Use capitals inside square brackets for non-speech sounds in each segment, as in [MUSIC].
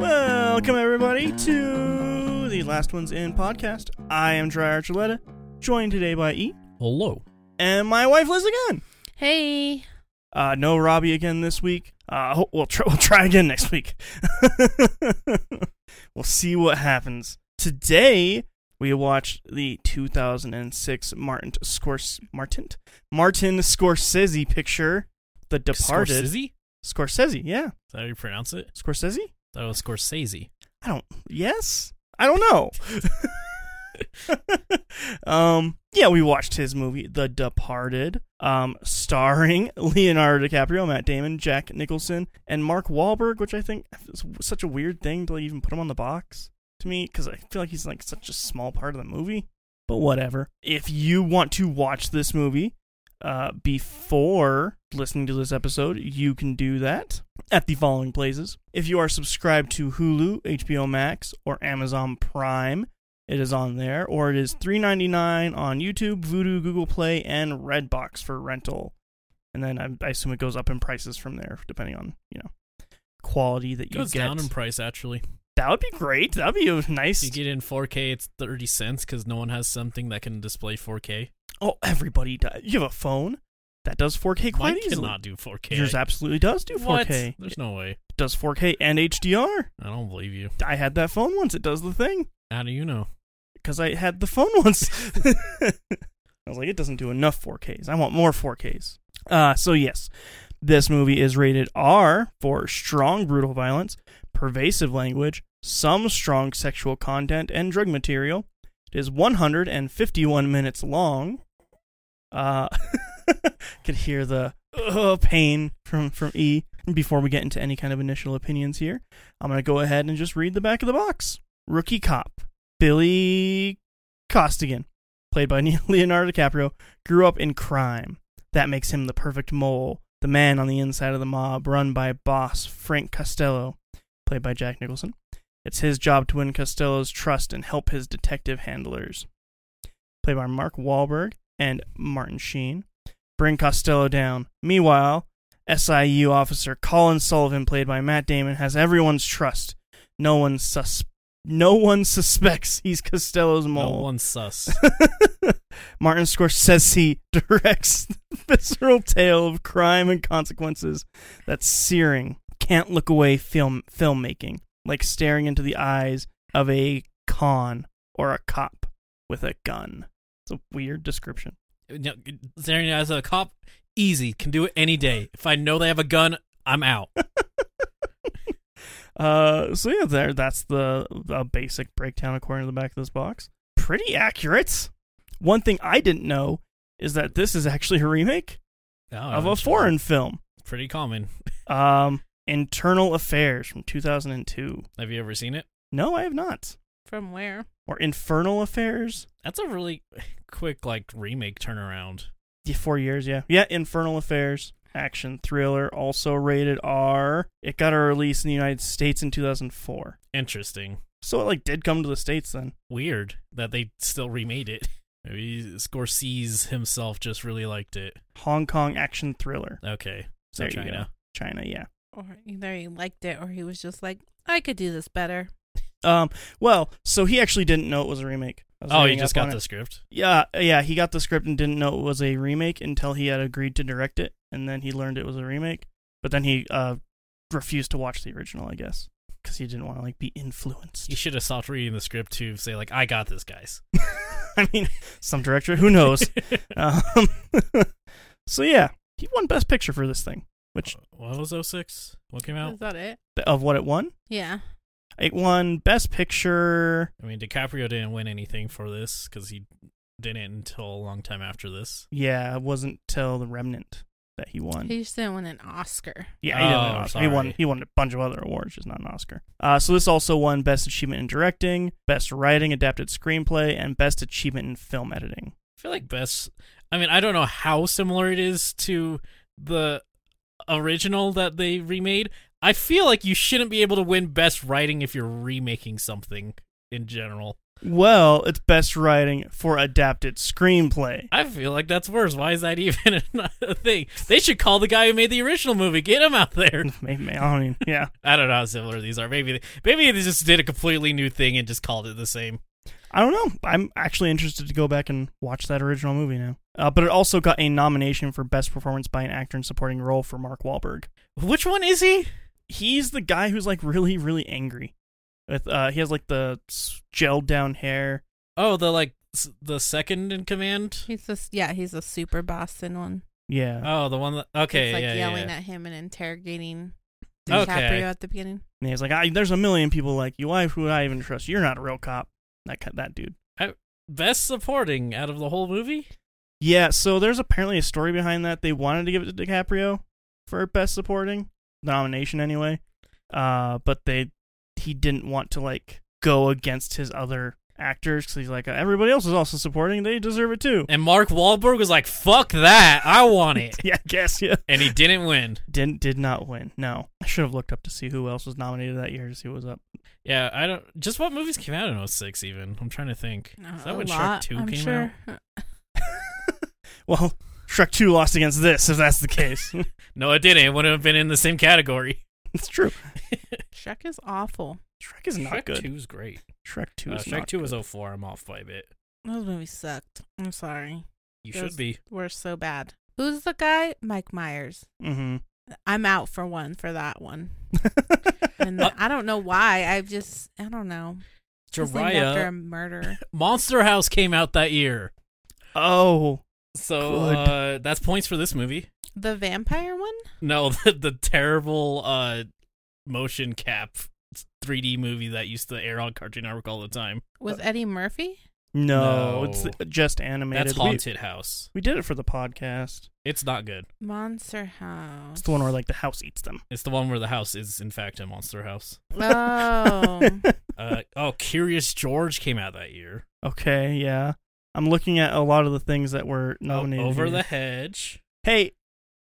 Welcome, everybody, to the Last Ones In podcast. I am Dry Archuleta, joined today by E Hello. and my wife Liz again. Hey. Uh, no Robbie again this week. Uh, ho- we'll, try, [LAUGHS] we'll try again next week. [LAUGHS] we'll see what happens. Today, we watched the 2006 Martin Scors- Martin Martin Scorsese picture, The Departed. Scorsese? Is Scorsese, yeah. that how you pronounce it? Scorsese? That was Scorsese. I don't. Yes, I don't know. [LAUGHS] um. Yeah, we watched his movie, The Departed, um, starring [LAUGHS] Leonardo DiCaprio, Matt Damon, Jack Nicholson, and Mark Wahlberg, which I think is such a weird thing to like, even put him on the box to me because I feel like he's like such a small part of the movie. But whatever. If you want to watch this movie uh, before listening to this episode, you can do that at the following places. If you are subscribed to Hulu, HBO Max, or Amazon Prime, it is on there, or it is $3.99 on YouTube, Vudu, Google Play, and Redbox for rental. And then I, I assume it goes up in prices from there, depending on you know quality that It you goes get. down in price, actually. that would be great. That would be a nice. If you get in 4K, it's 30 cents because no one has something that can display 4K. oh, everybody does. You have a phone that does 4K quite Mine easily. cannot do 4K. Yours absolutely does do 4K. What? There's no way. It does 4K and HDR. I don't believe you. I had that phone once. It does the thing. How do you know? because I had the phone [LAUGHS] once. I was like, it doesn't do enough 4Ks. I want more 4Ks. Uh, so, yes, this movie is rated R for strong brutal violence, pervasive language, some strong sexual content, and drug material. It is 151 minutes long. Uh, [LAUGHS] could hear the uh, pain from, from E before we get into any kind of initial opinions here. I'm going to go ahead and just read the back of the box. Rookie cop. Billy Costigan, played by [LAUGHS] Leonardo DiCaprio, grew up in crime. That makes him the perfect mole, the man on the inside of the mob run by boss Frank Costello, played by Jack Nicholson. It's his job to win Costello's trust and help his detective handlers, played by Mark Wahlberg and Martin Sheen, bring Costello down. Meanwhile, SIU officer Colin Sullivan, played by Matt Damon, has everyone's trust. No one sus- no one suspects he's Costello's mole. No [LAUGHS] one's sus. Martin Scorsese directs the visceral tale of crime and consequences that's searing, can't look away film filmmaking, like staring into the eyes of a con or a cop with a gun. It's a weird description. [LAUGHS] no, staring at a cop, easy. Can do it any day. If I know they have a gun, I'm out. [LAUGHS] Uh, so yeah, there. That's the a basic breakdown according to the back of this box. Pretty accurate. One thing I didn't know is that this is actually a remake Oh, of a that's foreign film, Pretty common. um, Internal Affairs from 2002. Have you ever seen it? No, I have not. From where? Or Infernal Affairs. That's a really quick, like, remake turnaround. Yeah, four years, yeah. Yeah, Infernal Affairs. Action thriller, also rated R. It got a release in the United States in 2004. Interesting. So it like did come to the States then. weird that they still remade it. [LAUGHS] Maybe Scorsese himself just really liked it. Hong Kong action thriller. Okay, so There you China. China, yeah. Or either he liked it or he was just like, I could do this better. Um, well, so he actually didn't know it was a remake. I was Oh, you reading just up on got it. the script. Yeah, yeah, he got the script and didn't know it was a remake until he had agreed to direct it, and then he learned it was a remake. But then he uh, refused to watch the original, I guess, because he didn't want to like be influenced. [LAUGHS] [LAUGHS] You should have stopped reading the script to say like, "I got this, guys." I mean, some director, who knows? um, [LAUGHS] so yeah, he won Best Picture for this thing, which what was 06? What came Is out? that it? of what it won, Yeah. it won Best Picture. I mean, DiCaprio didn't win anything for this because he didn't until a long time after this. Yeah, it wasn't till The Remnant that he won. He just didn't win an Oscar. Yeah, he, didn't win an Oh, Oscar. he won. sorry. He won a bunch of other awards, just not an Oscar. Uh, so this also won Best Achievement in Directing, Best Writing, Adapted Screenplay, and Best Achievement in Film Editing. I feel like best. I mean, I don't know how similar it is to the original that they remade. I feel like you shouldn't be able to win best writing if you're remaking something in general. Well, it's best writing for adapted screenplay. I feel like that's worse. Why is that even [LAUGHS] a thing? They should call the guy who made the original movie. Get him out there. [LAUGHS] Maybe, I mean, yeah. I don't know how similar these are. Maybe they, maybe they just did a completely new thing and just called it the same. I don't know. I'm actually interested to go back and watch that original movie now. Uh, but it also got a nomination for Best Performance by an Actor in Supporting Role for Mark Wahlberg. Which one is he? He's the guy who's like really, really angry. With uh, he has like the s- gelled down hair. Oh, the like s- the second in command. He's just yeah, he's a super Boston one. Yeah, Oh, the one that okay, He's like yeah, yelling yeah. at him and interrogating Okay. DiCaprio at the beginning. and he's like, I, "There's a million people like you. Why would I even trust you? You're not a real cop." That ki- that dude. Best supporting out of the whole movie. Yeah, so there's apparently a story behind that. They wanted to give it to DiCaprio for best supporting nomination anyway. Uh, but they he didn't want to like go against his other actors cuz he's like "Uh, everybody else is also supporting, they deserve it too. [LAUGHS] And Mark Wahlberg was like, "Fuck that! I want it," yeah, I guess yeah. and he didn't win. Didn't did not win. No. I should have looked up to see who else was nominated that year to see what was up. [LAUGHS] Yeah, I don't. Just what movies came out in 06 Even I'm trying to think. Is that Uh, a when Shark lot, Two I'm came sure. out? Well, Shrek 2 lost against this if that's the case. [LAUGHS] No, it didn't. It would have been in the same category. it's true. [LAUGHS] Shrek is awful. Shrek is not Shrek good. Two's great. Shrek 2 Uh, is Shrek not Two good. was 04. I'm off by a bit. Those movies sucked. I'm sorry. You Those- should be. We're so bad. Who's the guy? Mike Myers. Mhm. I'm out for one for that one. Mm-hmm. [LAUGHS] And Uh, I don't know why. I just I don't know. He's named after a Jiraiya. [LAUGHS] murder. Monster House came out that year, oh. so Good. uh, that's points for this movie. The vampire one? No, [LAUGHS] the, the terrible uh, motion cap 3D movie that used to air on Cartoon Network all the time. Was Eddie Murphy? No, No. it's just animated. That's We- Haunted House. We, did it for the podcast. It's not good. Monster House. It's the one where like the house eats them. It's the one where the house is in fact a monster house. Oh. Uh, oh, Curious George came out that year. [LAUGHS] okay, yeah. I'm looking at a lot of the things that were Oh, nominated. Over here. the hedge. Hey,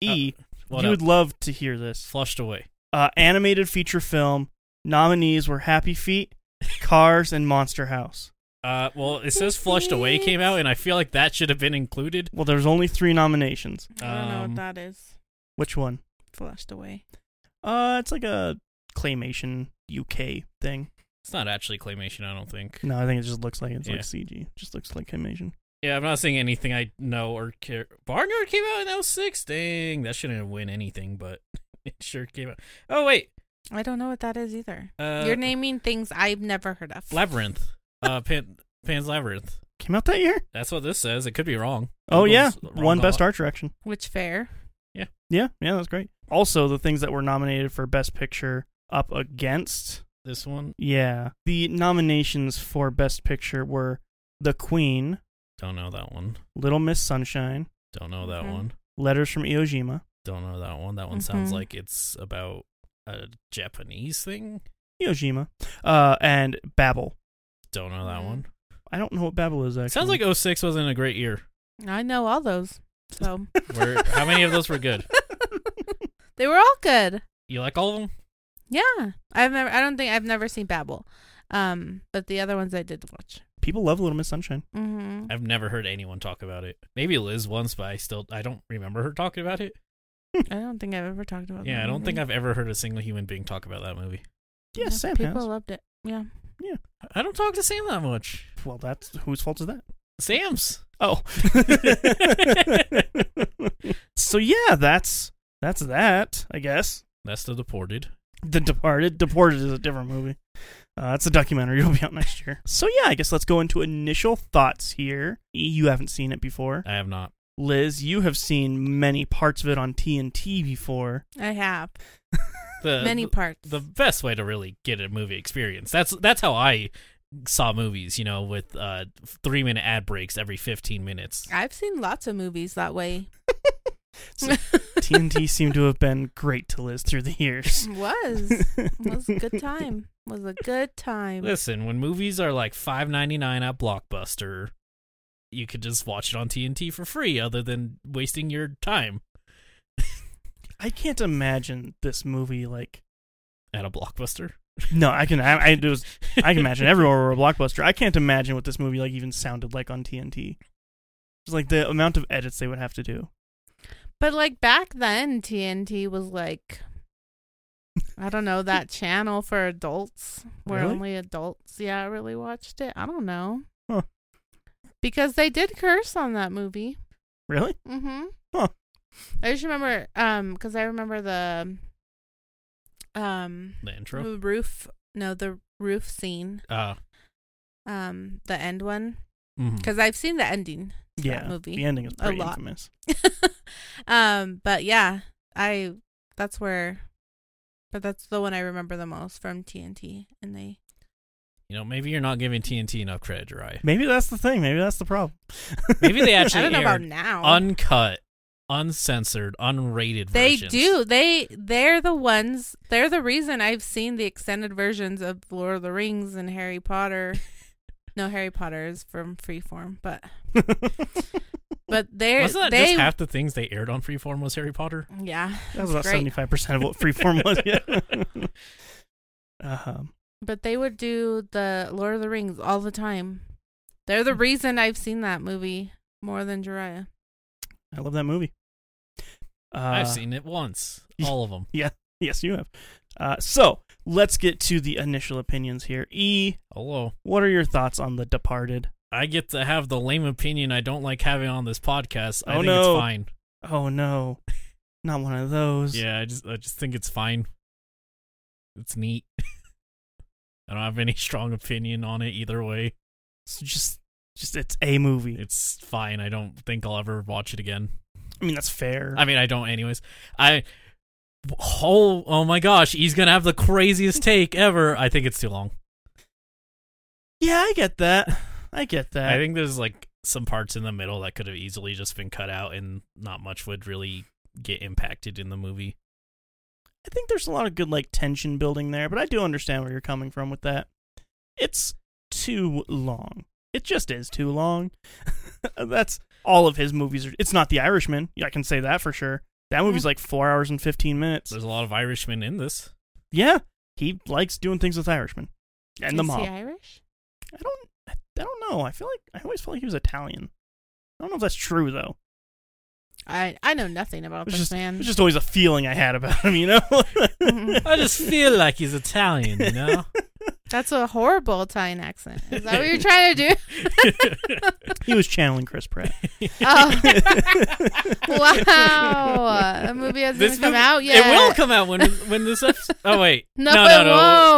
E, What you up? would love to hear this. flushed away. Uh, animated feature film nominees were Happy Feet, Cars, and Monster House. Uh, well, it says flushed away came out, and I feel like that should have been included. Well, there's only three nominations. I don't know Um, what that is. Which one? Flushed away. Uh, it's like a claymation UK thing. It's not actually claymation, I don't think. No, I think it just looks like it's Yeah. like CG. It just looks like claymation. Yeah, I'm not saying anything I know or care. Barnyard came out in 06. Dang, that shouldn't win anything, but [LAUGHS] it sure came out. Oh wait, I don't know what that is either. uh, You're naming things I've never heard of. Labyrinth. Uh, Pan, Pan's Labyrinth. Came out that year. That's what this says. It could be wrong. Oh yeah, Google's wrong one a best lot. art direction. Which fair? Yeah, yeah, that's great. Also, the things that were nominated for Best Picture up against, This one. yeah, the nominations for Best Picture were The Queen, Don't know that one. Little Miss Sunshine, Don't know that Okay. one. Letters from Iwo Jima. Don't know that one. That one sounds Mhm. like it's about a Japanese thing. Iwo Jima, uh, and Babel. Don't know Oh, that Mhm. one. I don't know what Babel is. Actually, It sounds like 06 wasn't a great year. Mm, I know all those. So [LAUGHS] Where, how many of those were good? [LAUGHS] they were all good. You like all of them? Yeah. I've never I don't think I've never seen Babel. Um, but the other ones I did watch. [LAUGHS] people love Little Miss Sunshine. Mm-hmm. I've never heard anyone talk about it. Maybe Liz once, but I still I don't remember her talking about it. I don't think I've ever talked about. Yeah, I don't think i I've ever heard a single human being talk about that movie. Yes, Sam People has. loved it. Yeah. I don't talk to Sam that much. Well, that's whose fault is that? Sam's. Oh. [LAUGHS] so yeah, that's that's that. I guess. That's the deported. The Departed. Deported is a different movie. Uh, it's a documentary. [LAUGHS] It'll be out next year. So yeah, I guess let's go into initial thoughts here. E, You haven't seen it before, I have not. Liz. You have seen many parts of it on TNT [LAUGHS] before. I have Uh, The, many parts. the best way to really get a movie experience. That's that's how I saw movies, you know, with uh 3 minute ad breaks every 15 minutes. I've seen lots of movies that way. TNT seemed to have been great to Liz through the years. was was a good time. Was a good time. Listen, when movies are like 5.99 at Blockbuster, you could just watch it on TNT for free other than wasting your time I can't imagine this movie like at a Blockbuster. No, I can. I, I it was. I can imagine everywhere we a blockbuster. I can't imagine what this movie like even sounded like on TNT. Just like the amount of edits they would have to do. But like back then, TNT was like, I don't know, that channel for adults where Really? only adults, yeah, really watched it. I don't know. Huh. Because they did curse on that movie. Really? Mm-hmm. Huh. I just remember, um, because I remember the, um, The intro. the roof. No, the roof scene. Uh, Um, the end one. mhm. Because I've seen the ending. to yeah. That movie. The ending is A pretty lot. infamous. um, but yeah, I that's where but that's the one I remember the most from TNT and they You know, maybe you're not giving TNT enough credit, Jirai. Maybe that's the thing. Maybe that's the problem. [LAUGHS] Maybe they [LAUGHS] I actually don't know about aired now. uncut, uncensored, unrated they versions. do. They they're the ones they're the reason I've seen the extended versions of Lord of the Rings and [LAUGHS] Harry Potter. no Harry Potter is from Freeform, but but they're Wasn't that they just half the things they aired on Freeform was Harry Potter? yeah. That was about Great. seventy five percent of what Freeform was. [LAUGHS] Yeah. uh-huh. But they would do the Lord of the Rings all the time. They're Hmm. the reason I've seen that movie more than Jiraiya. I love that movie. Uh, I've seen it [LAUGHS] once. All of them. Yes, you have. Uh, so let's get to the initial opinions here. E, Hello. what are your thoughts on The Departed? I get to have the lame opinion I don't like having on this podcast. I Oh, think no. it's fine. Oh no, not one of those. Yeah, I just I just think it's fine. It's neat. [LAUGHS] I don't have any [LAUGHS] strong opinion on it either way. It's just, just it's a movie. It's fine. I don't think I'll ever watch it again. I mean, that's fair. I mean, I don't anyways. I oh, oh my gosh, he's going to have the craziest take ever. I think it's too long. yeah, I get that. I get that. I think there's like some parts in the middle that could have easily just been cut out and not much would really get impacted in the movie. I think there's a lot of good like tension building there, but I do understand where you're coming from with that. It's too long. It just is too long. [LAUGHS] That's all of his movies. Are, it's not The Irishman. I can say that for sure. That movie's like four hours and fifteen minutes. There's a lot of Irishmen in this. Yeah, he likes doing things with Irishmen and the Is mob. he I Irish? don't. I don't know. I feel like I always felt like he was Italian. I don't know if that's true though. I I know nothing about It's this just, man. it's just always a feeling I had about him. You know. Mm-hmm. [LAUGHS] I just feel like he's Italian, you know? That's a horrible Italian accent. Is that [LAUGHS] what you're trying to do? he was channeling Chris Pratt. [LAUGHS] Oh. [LAUGHS] wow. The movie hasn't This even come movie- out It yet. will come out when when this episode. Oh wait, [LAUGHS] No, no, it no, no.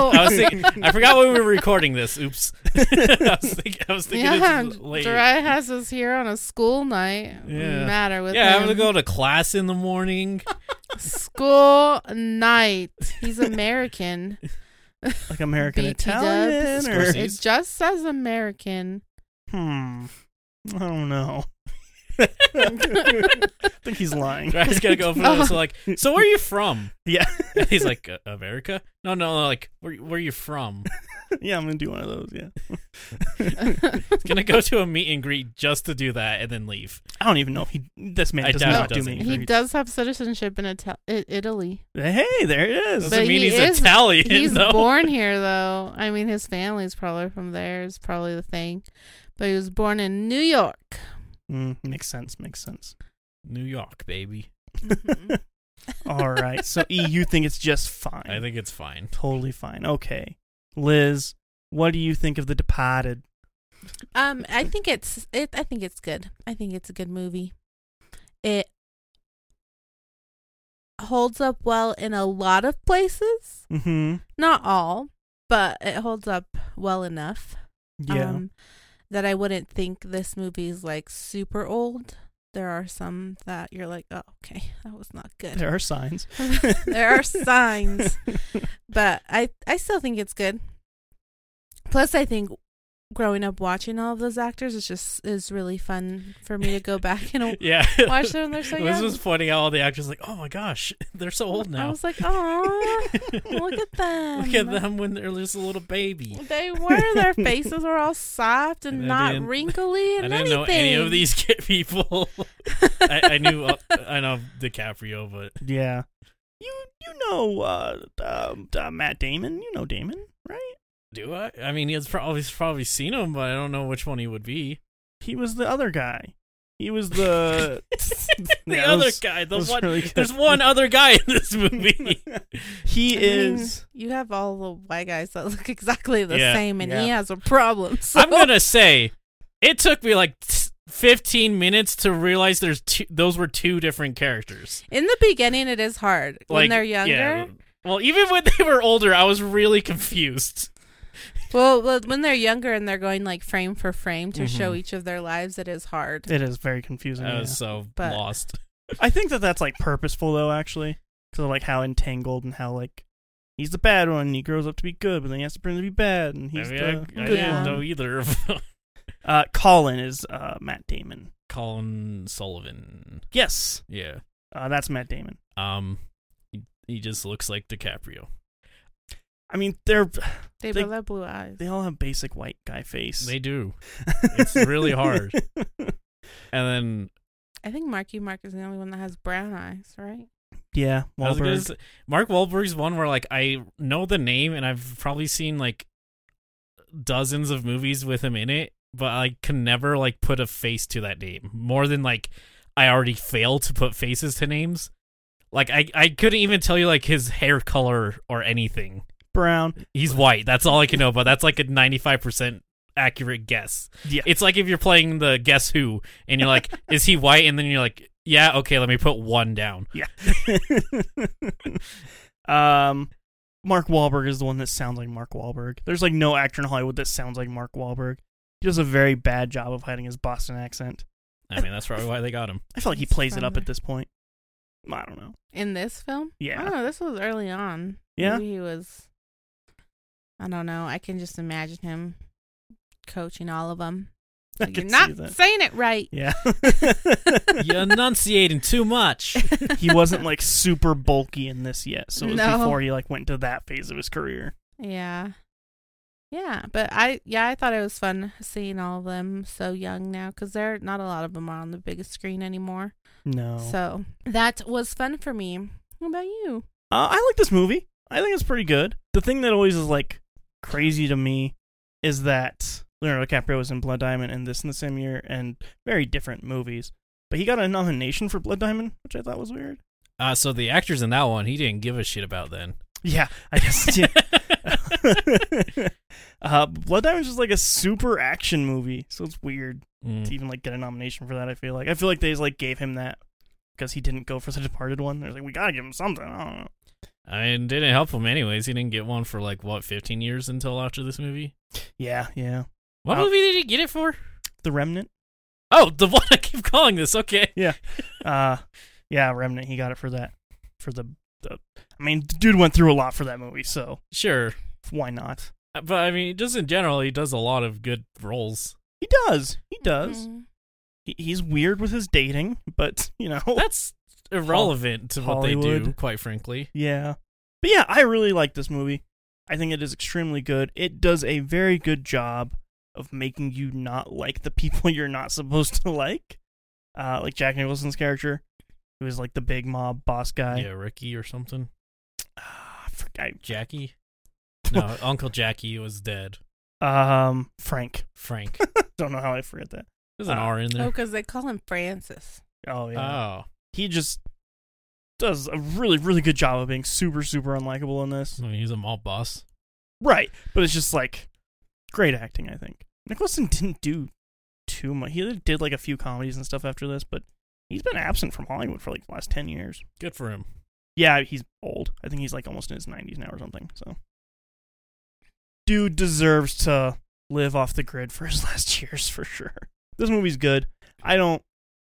won't. I was thinking, I forgot when we were recording this. Oops. [LAUGHS] I was thinking, I was thinking Yeah, this was late. Jiraiya has us here on a school night. Yeah. What's matter with Yeah, I'm him? gonna go to class in the morning. School night. [LAUGHS] He's American. like American BT Italian or Scorsese. It just [LAUGHS] says American. [LAUGHS] hmm. I don't know. I think he's lying. I just gotta go for Oh. this. So like, so where are you from? Yeah, And [LAUGHS] he's like, "Uh, America? No, no, like, where where are you from? yeah, I'm gonna do one of those. Yeah, He's gonna go to a meet and greet just to do that and then leave. I don't even know if he. This man I does doubt not it do doesn't. me. he does have citizenship in Ital- I- Italy. Hey, there it is. Doesn't But mean he he's [LAUGHS] is- Italian. He's though. born here, though. I mean, his family's probably from there, is probably the thing. But he was born in New York. Mm, makes sense. Makes sense. New York, baby. Mm-hmm. Mhm. [LAUGHS] All right. [LAUGHS] So E, you think it's just fine? I think it's fine. totally fine. Okay, Liz, what do you think of the Departed? Um, I think it's it. I think it's good. I think it's a good movie. It holds up well in a lot of places. Mm-hmm. Not all, but it holds up well enough. Yeah. um, that I wouldn't think this movie is like super old. There are some that you're like, oh, okay, that was not good. there are signs. there [LAUGHS] are signs, but I I still think it's good. Plus, I think growing up watching all of those actors is just is really fun for me to go back [LAUGHS] and Yeah. watch them. when [LAUGHS] They're so Liz young. was pointing out all the actors, like, oh my gosh, [LAUGHS] they're so old I now. was "Oh like, oh, [LAUGHS] look at them. Look at them when they're just a little baby. They [LAUGHS] were. Their faces were all soft and, And I not didn't- wrinkly I and didn't know any of anything. these [LAUGHS] [LAUGHS] kid people. I, I knew, uh, I know DiCaprio, but Yeah. You you know uh, um, uh, Matt Damon. You know Damon, right? Do I? I mean, he's probably he's probably seen him, but I don't know which one he would be. He was the other guy. He was the [LAUGHS] the Yeah, that other was- guy, the that was one. really good. [LAUGHS] there's one other guy in this [LAUGHS] movie. [LAUGHS] he I mean, is. you have all the white guys that look exactly the Yeah. same, and he Yeah. has a problem. [LAUGHS] So I'm gonna say it took me like t- 15 minutes to realize there's two, those were two different characters. in the beginning, it is hard when Like they're yeah, younger. well, even when [LAUGHS] they were older, I was really confused. Well, well, when they're younger and they're going like frame for frame to show Mm-hmm. each of their lives, it is hard. It is very confusing. I Oh, yeah. was so But- [LAUGHS] lost. I think that that's like purposeful though, actually, because of like how entangled and how like he's the bad one. And he grows up to be good, but then he has to pretend to be bad, and he's I mean, the I, I good didn't one. know either of [LAUGHS] them. Uh, Colin is uh, Matt Damon. Colin Sullivan. Yes, Yeah. uh, that's Matt Damon. Um, he, he just looks like DiCaprio. I mean, they're They They- both have blue eyes. they all have basic white guy face. They do, it's [LAUGHS] really hard. and then I think Marky Mark is the only one that has brown eyes, right? [LAUGHS] yeah, I was gonna Wahlberg. say- Mark Wahlberg's one where like I know the name and I've probably seen like dozens of movies with him in it, but I can never like put a face to that name more than like I already fail to put faces to names. Like I, I couldn't even tell you like his hair color or anything. Brown. He's white. That's all I can know. But that's like a ninety five percent accurate guess. Yeah. It's like if you're playing the Guess Who and [LAUGHS] you're like, is he white? And then you're like, yeah, okay, let me put one down. [LAUGHS] um, Mark Wahlberg is the one that sounds like Mark Wahlberg. There's like no actor in Hollywood that sounds like Mark Wahlberg. He does a very bad job of hiding his Boston accent. I mean, that's probably why they got him. I feel like he That's plays it up funny. at this point. I don't know. In this film, I Yeah. don't know. This was early on. Yeah. Maybe he was. I don't know. I can just imagine him coaching all of them. [LAUGHS] I Like, you're could not see that. saying it right. Yeah. [LAUGHS] You're enunciating too much. he wasn't like super bulky in this yet, so it was No. before he like went to that phase of his career. Yeah. Yeah, but I yeah I thought it was fun seeing all of them so young now because they're not a lot of them are on the biggest screen anymore. Oh. No. So that was fun for me. What about you? Uh, I like this movie. I think it's pretty good. The thing that always is like crazy to me is that Leonardo DiCaprio was in Blood Diamond and this in the same year, and very different movies. But he got a nomination for Blood Diamond, which I thought was weird. Uh, so the actors in that one, he didn't give a shit [LAUGHS] about then. Yeah, I guess. Yeah. [LAUGHS] uh, Blood Diamond's just like a super action movie, so it's weird to Mm. even like get a nomination for that. I feel like I feel like they just, like gave him that because he didn't go for the Departed one. They're like, we gotta give him something. I don't know. I mean, didn't help him anyways. He didn't get one for like what, 15 years until after this movie. Yeah, yeah. What Oh. movie did he get it for? The Remnant. Oh, the [LAUGHS] one I keep calling this. Okay, Uh, yeah, Remnant. He got it for that. For the, the, I mean, the dude went through a lot for that movie, so sure. why not? Uh, But I mean, just in general, he does a lot of good roles. He does. He does. Mm. He, he's weird with his dating, but you know, That's irrelevant to what they do, Hollywood. quite frankly. [LAUGHS] Yeah. But yeah, I really like this movie. I think it is extremely good. It does a very good job of making you not like the [LAUGHS] people you're not supposed to like. Uh, like Jack Nicholson's character, who is like the big mob boss guy. yeah, Ricky or something. Ah, I forgot- Jackie. [LAUGHS] No, Uncle Jackie was dead. Um, Frank. Frank. Don't know how I forget that. There's an Uh, R in Oh, there. because they call him Francis. Oh yeah. Oh, he just does a really, really good job of being super, super unlikable in this. So he's a mob boss. Right. But it's just like great acting, I think. Nicholson didn't do too much. He did like a few comedies and stuff after this, but he's been absent from Hollywood for like the last 10 years. Good for him. Yeah, he's old. I think he's like almost in his 90s now or something. So dude deserves to live off the grid for his [LAUGHS] last years for sure. This movie's good. I don't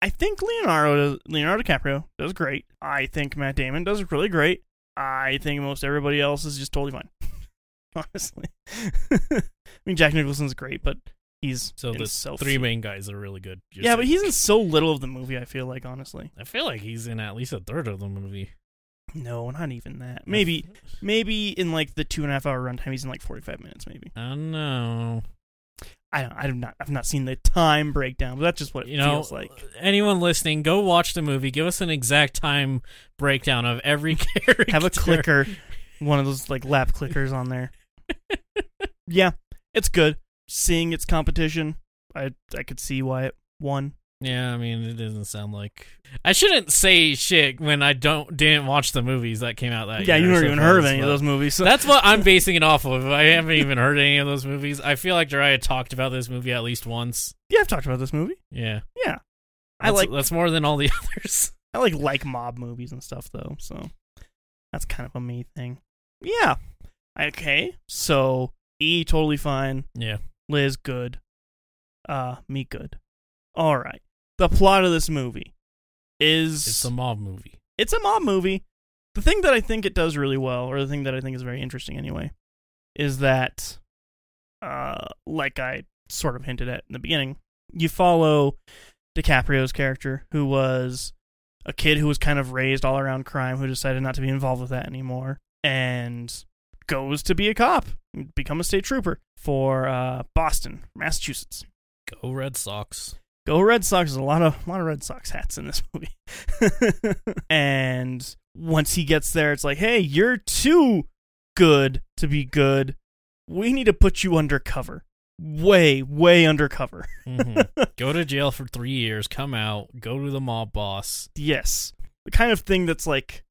I think Leonardo Leonardo DiCaprio does great. I think Matt Damon does really great. I think most everybody else is just totally fine. [LAUGHS] Honestly. [LAUGHS] I mean Jack Nicholson's great, but he's So in the so three few- main guys are really good. You're Yeah, but saying. he's in so little of the movie, I feel like honestly. I feel like he's in at least a third of the movie. No, not even that. Maybe Maybe in like the two and a half hour runtime, he's in like forty five minutes. Maybe I don't know. I don't. I've not. I've not seen the time breakdown, but that's just what it you know, feels like. anyone listening, go watch the movie. Give us an exact time breakdown of every [LAUGHS] character. Have a clicker, one of those like lap clickers on [LAUGHS] there. yeah, it's good. Seeing its competition, I I could see why it won. Yeah, I mean, it doesn't sound like I shouldn't say shit when I don't didn't watch the movies that came out that yeah, year. you never Uh, so even far, heard of any but- of those movies. So. [LAUGHS] That's what I'm basing it off of. I haven't even heard any of those movies. I feel like Jiraiya talked about this movie at least once. yeah, I've talked about this movie. Yeah, Yeah, I That's- like that's more than all the [LAUGHS] others. I like like mob movies and stuff though, so that's kind of a me thing. Yeah. Okay. So E totally fine. Yeah, Liz good. Uh me good. All right. The plot of this movie is it's a mob movie. it's a mob movie. The thing that I think it does really well, or the thing that I think is very interesting anyway, is that, uh, like I sort of hinted at in the beginning, you follow DiCaprio's character, who was a kid who was kind of raised all around crime, who decided not to be involved with that anymore, and goes to be a cop, become a state trooper for uh, Boston, Massachusetts. Go Red Sox. Go Red Sox. There's a lot of lot of Red Sox hats in this [LAUGHS] movie. and once he gets there, it's like, hey, you're too good to be good. We need to put you undercover. Way, way undercover. [LAUGHS] Mhm. go to jail for three years. Come out. Go to the mob boss. yes. The kind of thing that's like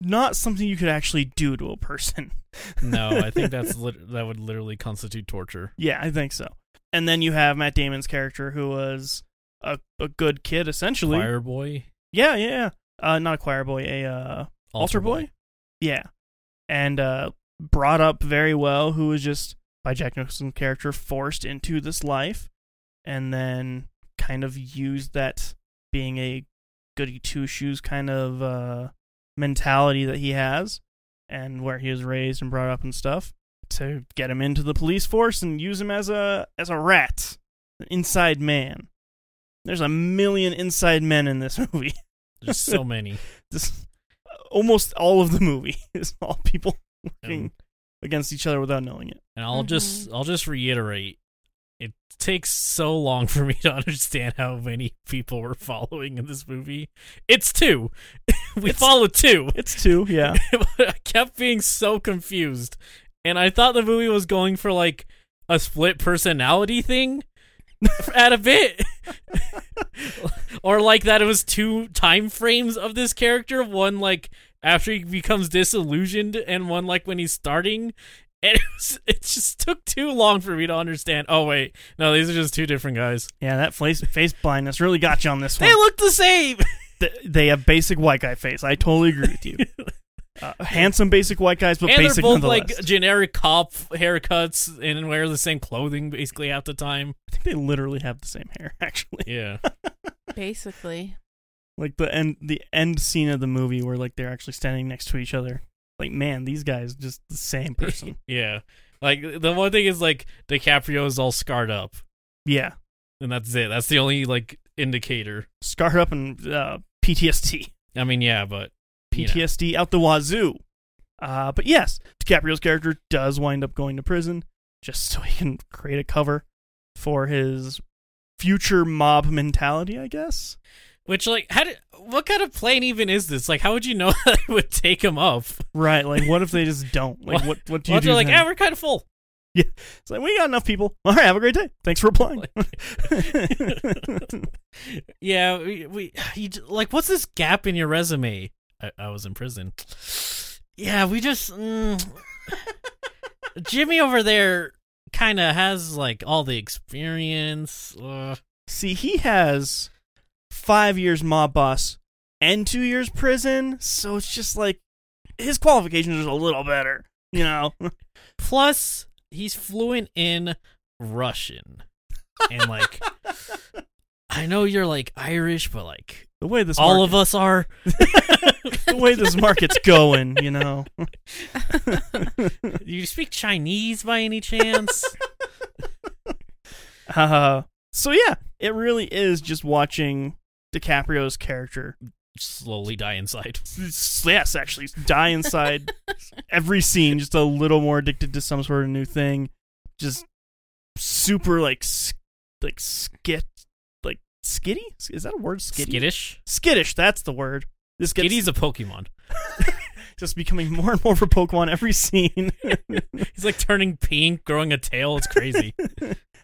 not something you could actually do to a person. [LAUGHS] No, I think that's lit- that would literally constitute torture. Yeah, I think so. And then you have Matt Damon's character who was a, a good kid essentially. Fire boy, Yeah, yeah, yeah. Uh, not a choir boy, a uh Alter Boy? Yeah. And uh, brought up very well, who was just, by Jack Nicholson's character, forced into this life and then kind of used that being a goody two shoes kind of uh, mentality that he has and where he was raised and brought up and stuff to get him into the police force and use him as a as a rat, an inside man. There's a million inside men in this [LAUGHS] movie There's [LAUGHS] so many. this almost all of the movie [LAUGHS] is all people working Um, against each other without knowing it. And I'll just I'll just reiterate, it takes so long for me to [LAUGHS] understand how many people we're following in this movie. It's two. [LAUGHS] we It's- follow two. It's two, yeah. [LAUGHS] I kept being so confused, and I thought the movie was going for like a split personality thing [LAUGHS] at a bit, [LAUGHS] or like that it was two time frames of this character. One like after he becomes disillusioned, and one like when he's starting. And it, was, it just took too long for me to understand. Oh wait, no, these are just two different guys. [LAUGHS] yeah, that face, face blindness really got you on this one. They look the same. Th- they have basic white guy face. I totally agree with [LAUGHS] you. Uh, handsome basic white guys, but [LAUGHS] and basic they're both nonetheless. like generic cop haircuts and wear the same clothing basically half the time. I think [LAUGHS] they literally have the same hair, [LAUGHS] actually. Yeah. Basically. Like the end, the end scene of the movie where like they're actually standing next to each other. Like, man, these guys just the same [LAUGHS] person. Yeah. Like the one thing is like DiCaprio is all scarred up, yeah, and that's it. That's the only like indicator. scarred up and uh, PTSD. I mean, yeah, but you know. PTSD out the wazoo. Uh, but yes, DiCaprio's character does wind up going to prison just so he can create a cover for his future mob mentality, I guess. Which like, how did, what kind of plane even is this? Like, how would you know [LAUGHS] that it would take him up? Right, like what if they [LAUGHS] just don't? Like what what do you Well, do? they're like, then? yeah, we're kind of full. It's like we got enough people. [LAUGHS] All right, have a great day. Thanks for applying. Yeah, we, we [SIGHS] you, j- like, what's this gap in your resume? I, I was in prison. Yeah, we just [LAUGHS] mm, Jimmy over there kind of has like all the experience. Uh, [LAUGHS] See, he has 5 years mob boss and 2 years prison, so it's just like his qualifications are a little better, you know. [LAUGHS] plus, he's fluent in Russian, and [LAUGHS] like, I know you're like Irish, but like The way this all market- of us are. the way this market's going, you know. [LAUGHS] You speak Chinese by any chance? Uh, so yeah, it really is just watching DiCaprio's character. Slowly die inside. s- Yes, actually, die inside every scene, just a little more addicted to some sort of new thing, just super like sk- like skit like skitty. Is that a word? Skitty? Skittish. Skittish. That's the word. This gets Skitty's [LAUGHS] a Pokemon. just becoming more and more for Pokemon every scene. He's like turning pink, growing a tail. [LAUGHS] It's crazy.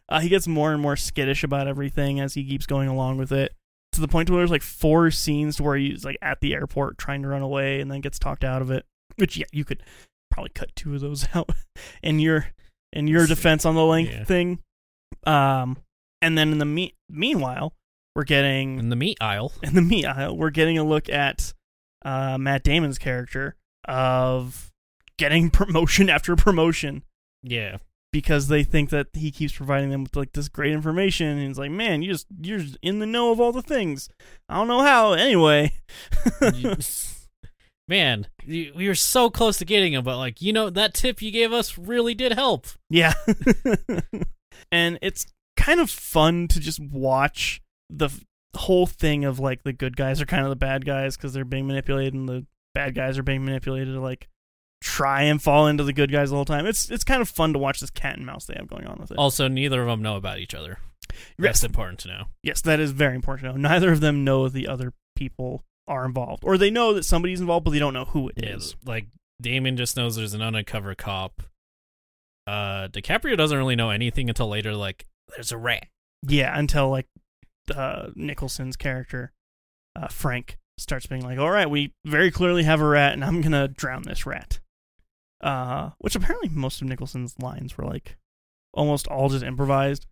uh, he gets more and more skittish about everything as he keeps going along with it. To the point where there's like four scenes to where he's like at the airport trying to run away and then gets talked out of it. Which yeah, you could probably cut two of those [LAUGHS] out in your in your defense on the length Yeah. thing. Um, and then in the me- meanwhile, we're getting In the meat aisle. in the meat aisle, we're getting a look at uh, Matt Damon's character of getting [LAUGHS] promotion after promotion Yeah. [LAUGHS] because they think that he keeps providing them with like this great information and he's like man you just you're just in the know of all the things i don't know how anyway [LAUGHS] You- Man, you- we were so close to getting him, but like, you know, that tip you gave us really did help. yeah [LAUGHS] and it's kind of fun to just watch the f- whole thing of like the good guys are kind of the bad guys because they're being manipulated and the bad guys are being manipulated to like try and fall into the good guys the whole time it's it's kind of fun to watch this cat and mouse they have going on with it Also, neither of them know about each other. That's Yes. important to know. Yes, that is very important to know. Neither of them know the other people are involved, or they know that somebody's involved, but they don't know who it is. Like, Damon just knows there's an undercover cop. Uh, DiCaprio doesn't really know anything until later, like, there's a rat. Yeah, until like uh, Nicholson's character, uh, Frank, starts being like, "All right, we very clearly have a rat, and I'm gonna drown this rat." Uh, which apparently most of Nicholson's lines were like almost all just improvised.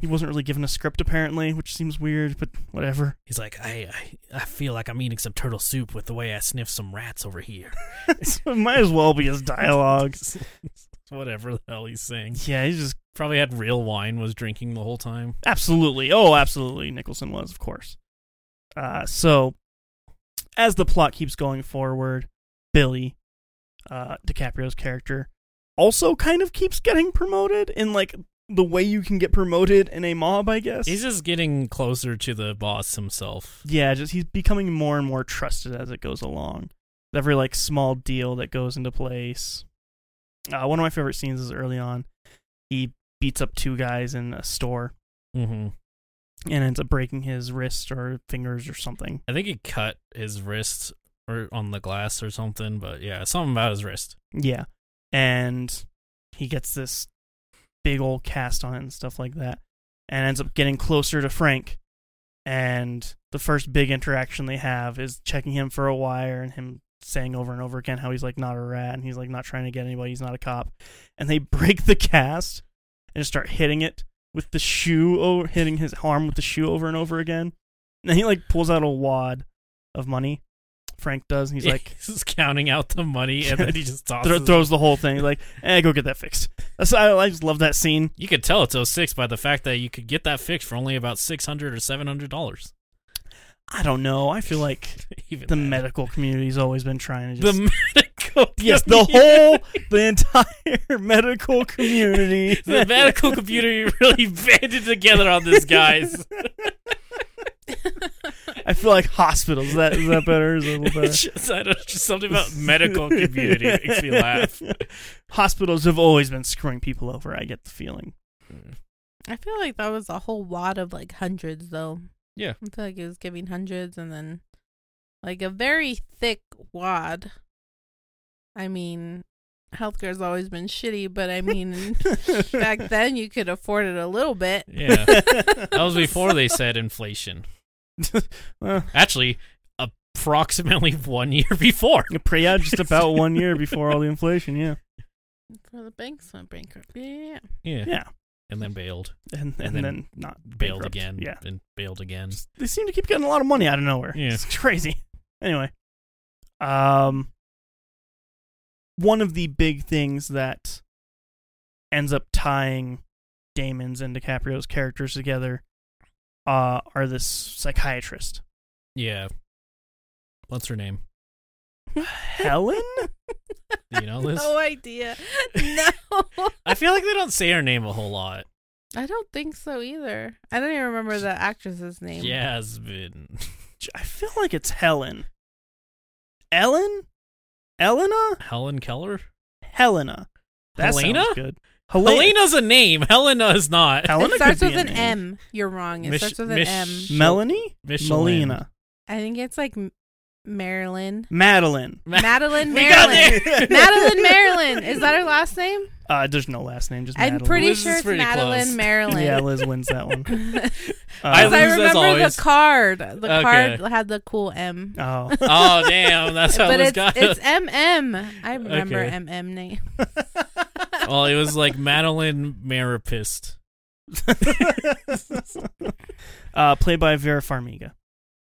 He wasn't really given a script apparently, which seems weird, but whatever. [LAUGHS] He's like, I, I, I feel like I'm eating some turtle soup with the way I sniff some rats over here. so it might as well be his [LAUGHS] dialogue. [LAUGHS] Whatever the hell he's saying. Yeah, he's just Probably had real wine, was drinking the whole time. Absolutely. Oh, absolutely. Nicholson was, of course. Uh, so, as the plot keeps going forward, Billy, uh, DiCaprio's character, also kind of keeps getting promoted in like the way you can get promoted in a mob, I guess. He's just getting closer to the boss himself. yeah, just he's becoming more and more trusted as it goes along. Every like small deal that goes into place. Uh, one of my favorite scenes is early on. He beats up two guys in a store. Mm-hmm. and ends up breaking his wrist or fingers or something. I think he cut his wrist or on the glass or something, but yeah, something about his wrist. Yeah. And he gets this big old cast on it and stuff like that and ends up getting closer to Frank. And the first big interaction they have is checking him for a wire and him saying over and over again how he's like not a rat and he's like not trying to get anybody, he's not a cop. And they [LAUGHS] break the cast and just start hitting it with the shoe over hitting his arm with the shoe over and over again. And then he like pulls out a wad of money. Frank does and [LAUGHS] he's like just counting out the money and then he just tosses thro- it. throws the whole thing. Like, eh, go get that fixed. That's I, I just love that scene. You could tell it's 06 by the fact that you could get that fixed for only about 600 or $700. I don't know. I feel like [LAUGHS] Even the that. medical community's always been trying to The just medical. [LAUGHS] yes, the community- whole the entire [LAUGHS] medical [LAUGHS] community. [LAUGHS] The medical computer really banded together on [LAUGHS] this, guys. I feel like hospitals. Is that is that better? Is that a little better? It's just, I don't, just something about medical community [LAUGHS] makes me laugh. Hospitals have always been screwing people over. I get the feeling. I feel like that was a whole lot of like hundreds though. Yeah. I feel like it was giving hundreds and then like a very thick wad. I mean, healthcare's always been shitty, but [LAUGHS] I mean, [LAUGHS] back then you could afford it a little bit. Yeah. That was before they said inflation. Well, Actually, approximately one year [LAUGHS] before. pretty- yeah, just about one year before all the inflation. Yeah, Before the banks went bankrupt. Yeah. Yeah. yeah, And then bailed. and and, And then then, not Bailed bankrupt. again. Yeah, And bailed again. they seem to keep getting a lot of money out of nowhere. Yeah. It's [LAUGHS] crazy. Anyway, um, one of the big things that ends up tying Damon's and DiCaprio's characters together uh, are this [LAUGHS] psychiatrist, Yeah. What's her name? Helen. Do you know [LAUGHS] this? No idea. No. I feel like they don't say her name a whole lot. I don't think so either. I don't even remember the actress's name. Jasmine. I feel like it's Helen. Ellen, Elena, [LAUGHS] Helen Keller? Helena. That Helena? sounds good. Helena. Helena's a name. Helena is not. Helena it starts could with be a an name. M. You're wrong. It Mich- starts with an Mich- M. Melanie? Michelin. Melina. I think it's like M- Marilyn. Madeline. [LAUGHS] Ma- [LAUGHS] Madeline We got Marilyn. there. [LAUGHS] Madeline Marilyn. Is that her last name? Uh, there's no last name, just I'm Madeline. pretty Liz sure is it's pretty [LAUGHS] Madeline close. Marilyn. [LAUGHS] Yeah, Liz wins that one. Uh, I Because I, lose as remember the always. card. The Okay. card had the cool [LAUGHS] M. oh. oh damn, that's how but this it's got. it's MM. I remember Okay. MM name. [LAUGHS] well, it was like Madeline Maripist. [LAUGHS] uh, played by Vera Farmiga.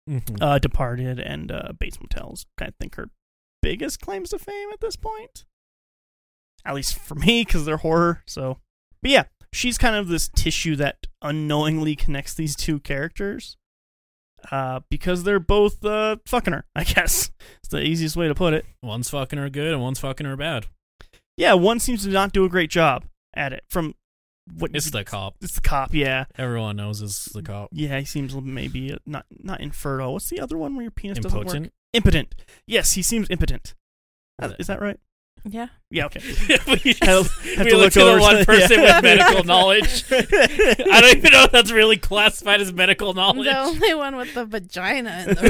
Mhm. Uh, Departed and uh, Bates Motels. I think her biggest claims to fame at this point. At least for me, because they're horror. So, but yeah, she's kind of this tissue that unknowingly connects these two characters. Uh, because they're both uh, fucking her, I guess. [LAUGHS] It's the easiest way to put it. one's fucking her good and one's fucking her bad. Yeah, one seems to not do a great job at it. From what It's the cop. it's the cop, yeah, Everyone knows it's the cop. [LAUGHS] yeah. He seems maybe uh, not not infertile. What's the other one where your penis doesn't work? Impotent. Impotent. Yes, he seems impotent. Is that right? Yeah. Yeah. [LAUGHS] Okay. we Have- just, have we to looked look at over the one to- [LAUGHS] person yeah. with medical [LAUGHS] knowledge. I don't even know if that's really classified as medical knowledge. The only one with the vagina in the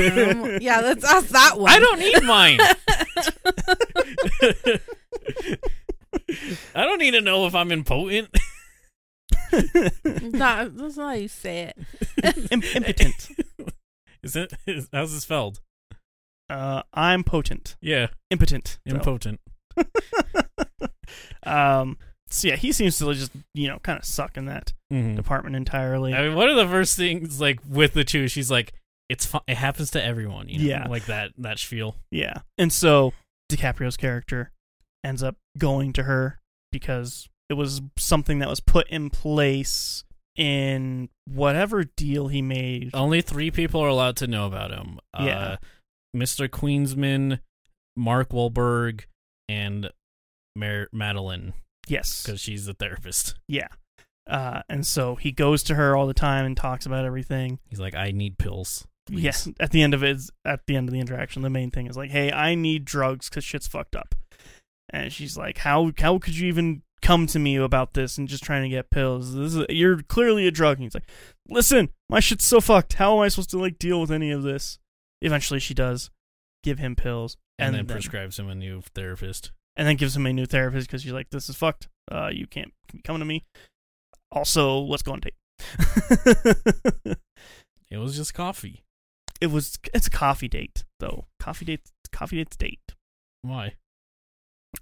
room. yeah, that's us that one. I don't need [LAUGHS] mine. [LAUGHS] I don't need to know if I'm impotent. It's not, that's not how you say it. [LAUGHS] Im- impotent. [LAUGHS] Is it? Is, how's it spelled? [LAUGHS] Uh, I'm potent. Yeah, Impotent. So, impotent. [LAUGHS] um. So yeah, he seems to just you know kind of suck in that Mhm. department entirely. I mean, one of the first things like with the two, she's like, "It's fu- it happens to everyone." You know? Yeah. like that that spiel. Yeah. And so DiCaprio's character ends up going to her because it was something that was put in place in whatever deal he made. Only three people are allowed to know about him. Yeah. Uh, Mr. Queensman, Mark Wahlberg, and Mar- Madeline, Yes. because she's the therapist. Yeah. Uh, and so he goes to her all the time and talks about everything. He's like, "I need pills." please." Yes. At the end of it, at the end of the interaction, the main thing is like, "Hey, I need drugs because shit's fucked up," and she's like, "How how could you even come to me about this and just trying to get pills? This is you're clearly a drug." And he's like, "Listen, my shit's so fucked. How am I supposed to like deal with any of this?" Eventually, she does give him pills and, then, prescribes him a new therapist. and then gives him a new therapist because she's like, "This is fucked. Uh, you can't be coming to me." Also, let's go on date. [LAUGHS] It was just coffee. it was it's a coffee date though. Coffee date, coffee date's date. Why?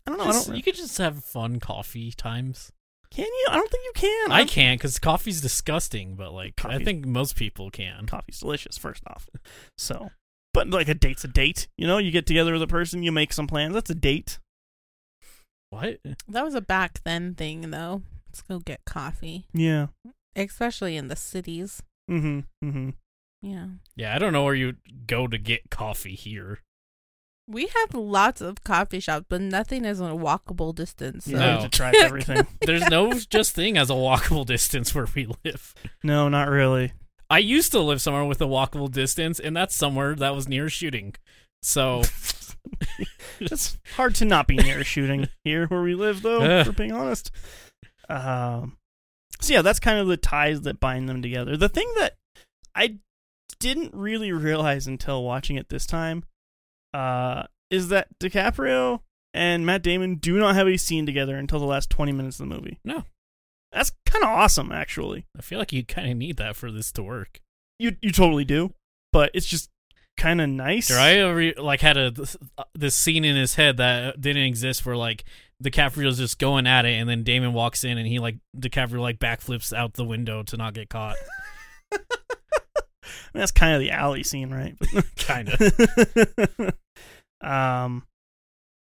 I don't know. I don't. you could just have fun coffee times. can you? I don't think you can. I I'm- can't because coffee's disgusting, but like I Coffee- think most people can. Coffee's delicious. First off, so but like a date's a date. You know, you get together with a person, you make some plans. That's a date. What? That was a back then thing, though. Let's go get coffee, Yeah. especially in the cities. Mm-hmm. Mm-hmm. Yeah. Yeah, I don't know where you go to get coffee here. We have lots of coffee shops, but nothing is a walkable distance. So. You have No. to try [LAUGHS] everything. There's [LAUGHS] no just thing as a walkable distance where we live. no, not really. I used to live somewhere with a walkable distance, and that's somewhere that was near shooting. So It's hard to not be near shooting here where we live, though. Ugh. if we're being honest. Um. So yeah, that's kind of the ties that bind them together. The thing that I didn't really realize until watching it this time uh, is that DiCaprio and Matt Damon do not have a scene together until the last twenty minutes of the movie. No. that's kind of awesome, actually. I feel like you kind of need that for this to work. You you totally do, but it's just kind of nice. Sure, I re- like had a this, uh, this scene in his head that didn't exist, where like DiCaprio's just going at it, and then Damon walks in, and he like DiCaprio like backflips out the window to not [LAUGHS] get caught. I mean, that's kind of the alley scene, right? kind of. [LAUGHS] um,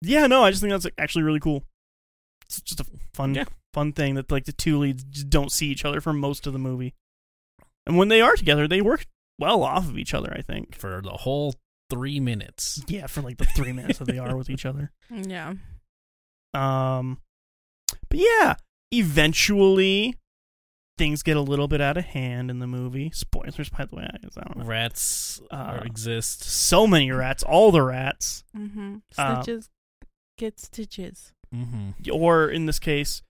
yeah, no, I just think that's like, actually really cool. It's just a fun, Yeah. fun thing that like the two leads just don't see each other for most of the movie, and when they are together, they work well off of each other. I think. for the whole three minutes. Yeah, for like the three minutes that they are with each other. Yeah. [LAUGHS] Um, but yeah, eventually things get a little bit out of hand in the movie. Spoilers, by the way. I guess I don't know. Rats Uh, are, exist. So many rats, all the rats. Mm-hmm. Uh, Snitches get stitches. Mm-hmm. or in this case,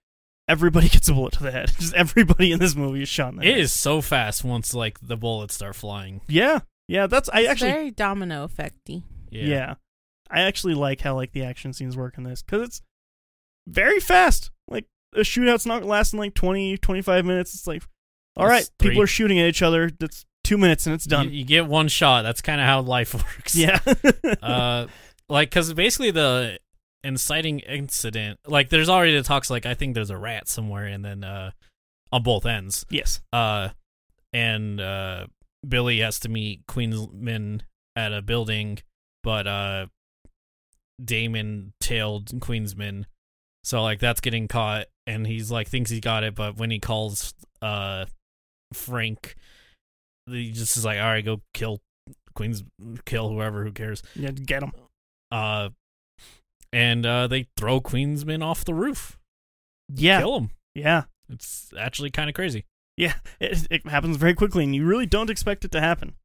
Everybody [LAUGHS] gets a bullet to the head. Just everybody in this movie is shot in the It head. is so fast once like the bullets start flying. Yeah. Yeah, that's I It's actually very domino effecty. yeah. I actually like how like the action scenes work in this cuz it's very fast. Like a shootout's not lasting like 20 25 minutes. It's like all That's right, people three. are shooting at each other. That's 2 minutes and it's You, done. you get one shot. That's kind of how life [LAUGHS] works. yeah. [LAUGHS] uh, like because basically the inciting incident, like there's already the talks. Like I think there's a rat somewhere, and then uh, on both ends, yes. uh, and uh, Billy has to meet Queensman at a building, but uh, Damon tailed Queensman, so like that's getting caught, and he's like thinks he got it, but when he calls uh Frank, he just is like, all right, go kill Queens, kill whoever, who cares Yeah, get them. uh, and uh, they throw Queensman off the roof, Yeah. kill him. Yeah. It's actually kind of crazy. Yeah, it, it happens very quickly, and you really don't expect it to happen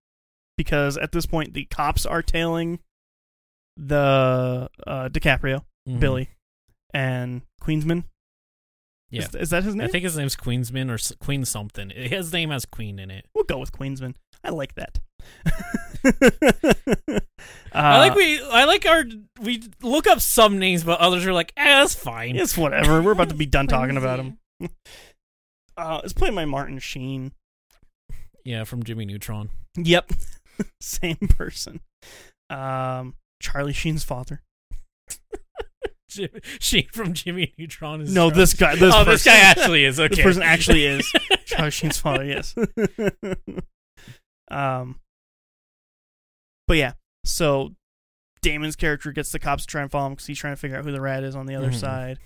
because at this point the cops are tailing the uh, DiCaprio, Mm-hmm. Billy, and Queensman. Yeah. is, is that his name? I think his name's Queensman or s- Queen something. His name has Queen in it. we'll go with Queensman. I like that. [LAUGHS] uh, I like we. I like our. We look up some names, but others are like, eh, that's fine. It's whatever. We're about to be done talking about him. Uh, it's played by Martin Sheen. Yeah, from Jimmy Neutron. Yep, [LAUGHS] same person. Um, Charlie Sheen's father. Jim, she from Jimmy Neutron is No, Charlie- this guy. This oh, person. [LAUGHS] this guy actually is okay. This person actually is Charlie Sheen's father. Yes. um. But yeah, so Damon's character gets the cops to try and follow him because he's trying to figure out who the rat is on the other Mhm. side,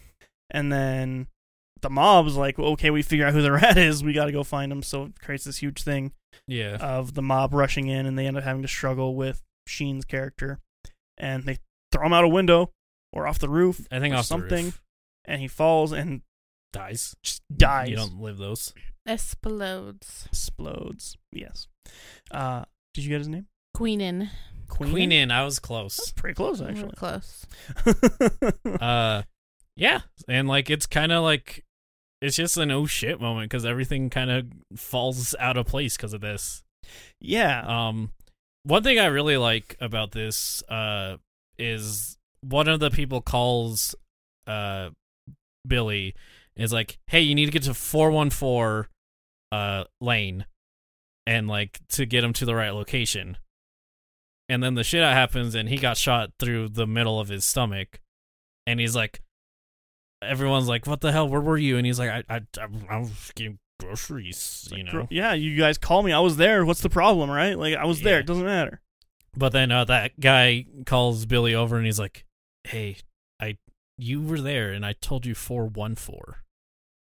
and then the mob's like, well, "Okay, we figure out who the [LAUGHS] rat is. We got to go find him." So it creates this huge thing yeah. [LAUGHS] of the mob rushing in, and they end up having to struggle with Sheen's character, and they throw him out a window or off the roof, I think or off the roof. something. and he falls and dies. just dies. You don't live those. Explodes. explodes. Yes. Uh, did you get his name? Queenin. Queen. Queen Mm-hmm. in. I was close. That's pretty close, We were actually. Close. [LAUGHS] uh yeah and like it's kind of like it's just an oh shit moment because everything kind of falls out of place because of this [LAUGHS] yeah. um one thing i really like about this uh is one of the people calls uh billy is like hey you need to get to 414 uh lane and like to get him to the right location and then the shit out happens and he got shot through the middle of his stomach and he's like everyone's like what the hell where were you and he's like i i, I, I was getting groceries you know yeah, you guys call me. I was there. What's the problem, right? Like, I was there. Yeah. It doesn't matter. [LAUGHS] But then uh, that guy calls Billy over and he's like, "Hey, I you were there and I told you 414."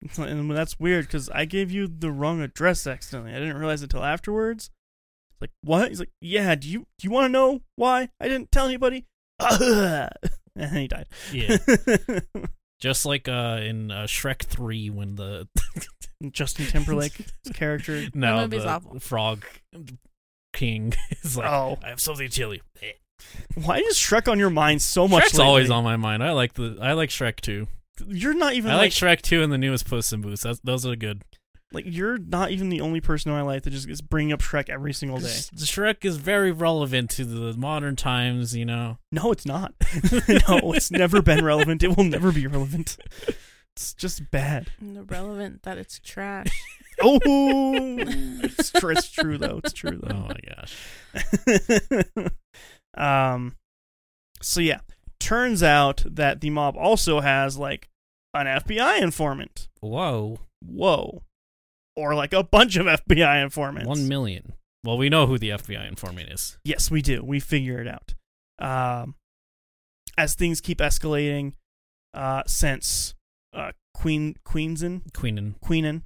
It's not- And that's weird because I gave you the wrong address accidentally. I didn't realize it until afterwards. Like, what? He's like, yeah, do you, do you want to know why I didn't tell anybody? [LAUGHS] and he died. Yeah. [LAUGHS] Just like uh in uh, Shrek 3 when the [LAUGHS] [LAUGHS] Justin Timberlake's character. no movie's the awful. frog king [LAUGHS] is like, Oh, "I have something to tell you." why is Shrek on your mind so much? Shrek's always lately? on my mind. I like the I like Shrek [LAUGHS] 2. You're not even I like Shrek 2 and the newest Puss in Boots. That's, those are good. Like you're not even the only person in my life that just is bringing up Shrek every single day. Sh- Shrek is very relevant to the modern times, you know. No, it's not. [LAUGHS] no, [LAUGHS] it's never been relevant. It will never be relevant. It's just bad. And Irrelevant that it's [LAUGHS] trash. Oh, it's, tr- it's true though. It's true Oh though. my gosh. [LAUGHS] um, so yeah, turns out that the mob also has like an FBI informant. Whoa. Whoa, or like a bunch of FBI informants. One million. Well, we know who the FBI informant is. Yes, we do. We figure it out. Um, as things keep escalating, uh, since uh, Queen Queenson Queenan. Queenan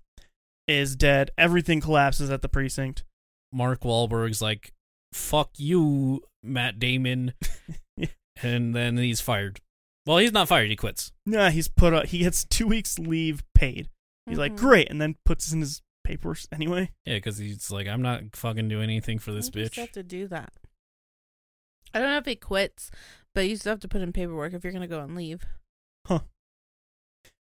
is dead, everything collapses at the precinct. Mark Wahlberg's like, fuck you, Matt Damon. and then he's fired. Well, he's not fired. He quits. Nah, he's put. A, he gets two weeks leave paid. He's like, Mhm. great, and then puts in his papers anyway. Yeah, because he's like, I'm not fucking doing anything for this Why do You bitch. still have to do that. I don't know if he quits, but you still have to put in paperwork if you're gonna go and leave.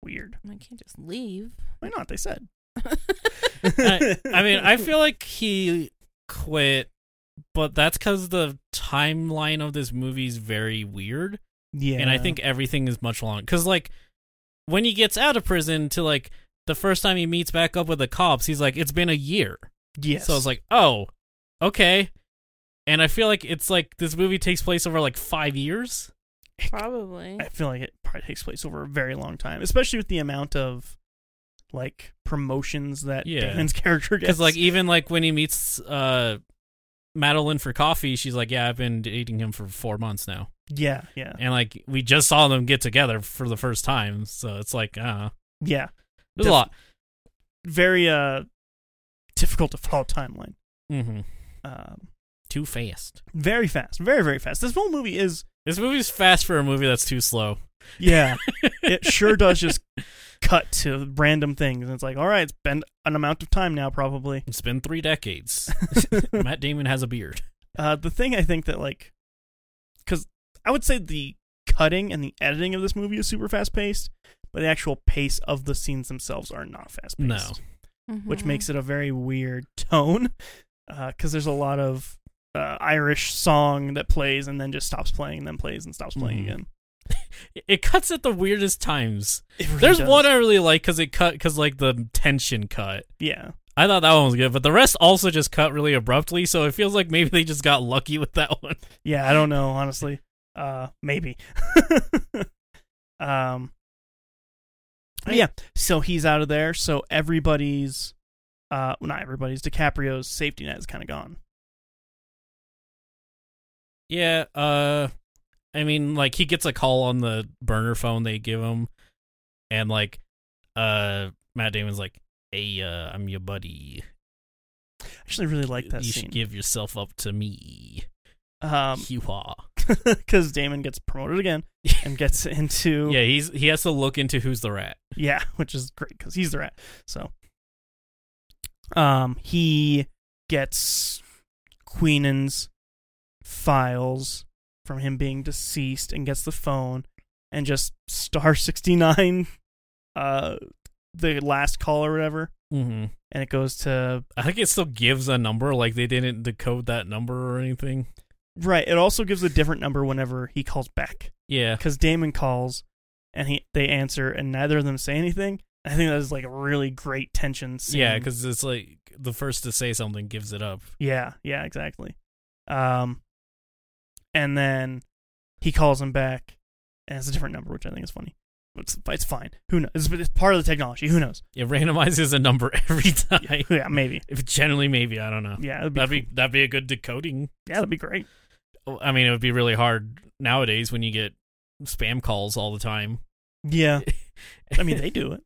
Weird. I can't just leave. [LAUGHS] Why not? They said. [LAUGHS] I mean, I feel like he quit, but that's because the timeline of this movie is very weird, yeah, and I think everything is much longer. Because like when he gets out of prison to like the first time he meets back up with the cops, he's like, "It's been a year." yes. So I was like, "Oh, okay." And I feel like it's like this movie takes place over like five years. Probably. I feel like it probably takes place over a very long time, especially with the amount of like promotions that Yeah. Damon's [LAUGHS] character Because gets. like even like when he meets uh Madeline for coffee, she's like, "Yeah, I've been dating him for four months now," yeah, yeah, and like we just saw them get together for the first time, so it's like, uh, yeah. there's a lot. Very uh, difficult to follow timeline. Mm-hmm. Um, Too fast. very fast, very very fast. This whole movie is This movie's fast for a movie that's too slow. Yeah, it sure does just cut to random things, and it's like, all right, it's been an amount of time now, probably. It's been three decades. [LAUGHS] Matt Damon has a beard. Uh, the thing I think that like, because I would say the cutting and the editing of this movie is super fast paced, but the actual pace of the scenes themselves are not fast paced. No. Mm-hmm. which makes it a very weird [LAUGHS] tone, because there's a lot of. Uh, Irish song that plays and then just stops playing, and then plays and stops playing Mhm. again. It cuts at the weirdest times. It really There's does. one I really like because it cut because like the tension cut. yeah, I thought that one was good, but the rest also just cut really abruptly. So it feels like maybe they just got lucky with that one. [LAUGHS] Yeah, I don't know, honestly. Uh maybe. [LAUGHS] um but yeah, so he's out of there, so everybody's uh well, not everybody's DiCaprio's safety net is kind of gone. Yeah, uh I mean like he gets a call on the burner phone they give him and like uh Matt Damon's like, "Hey, uh I'm your buddy. I actually really like that you scene. should give yourself up to me." Um, um cuz Damon gets promoted [LAUGHS] again and gets into yeah, he's he has to look into who's the rat. Yeah, [LAUGHS] which is great because he's the rat. So, um, he gets Queenan's files from him being deceased and gets the phone and just star [LAUGHS] sixty nine, uh, the last call or whatever, Mhm. and it goes to I think it still gives a number like they didn't decode that number or anything. right. It also gives a different number whenever he calls back Yeah. because Damon calls and he they answer and neither of them say anything. I think that is like a really great tension scene. Yeah, cuz it's like the first to say something gives it up. Yeah, yeah, exactly. Um, and then he calls him back, and it's a different number, which I think is funny. It's, it's fine. Who knows? It's, it's part of the technology. Who knows? It randomizes a number [LAUGHS] every time. Yeah, maybe. If generally maybe, I don't know. Yeah, that'd be, That'd be that'd be a good decoding. Oh, yeah, that'd be great. I mean, it would be really hard nowadays when you get spam calls all the time. Yeah, I [LAUGHS] mean they do it.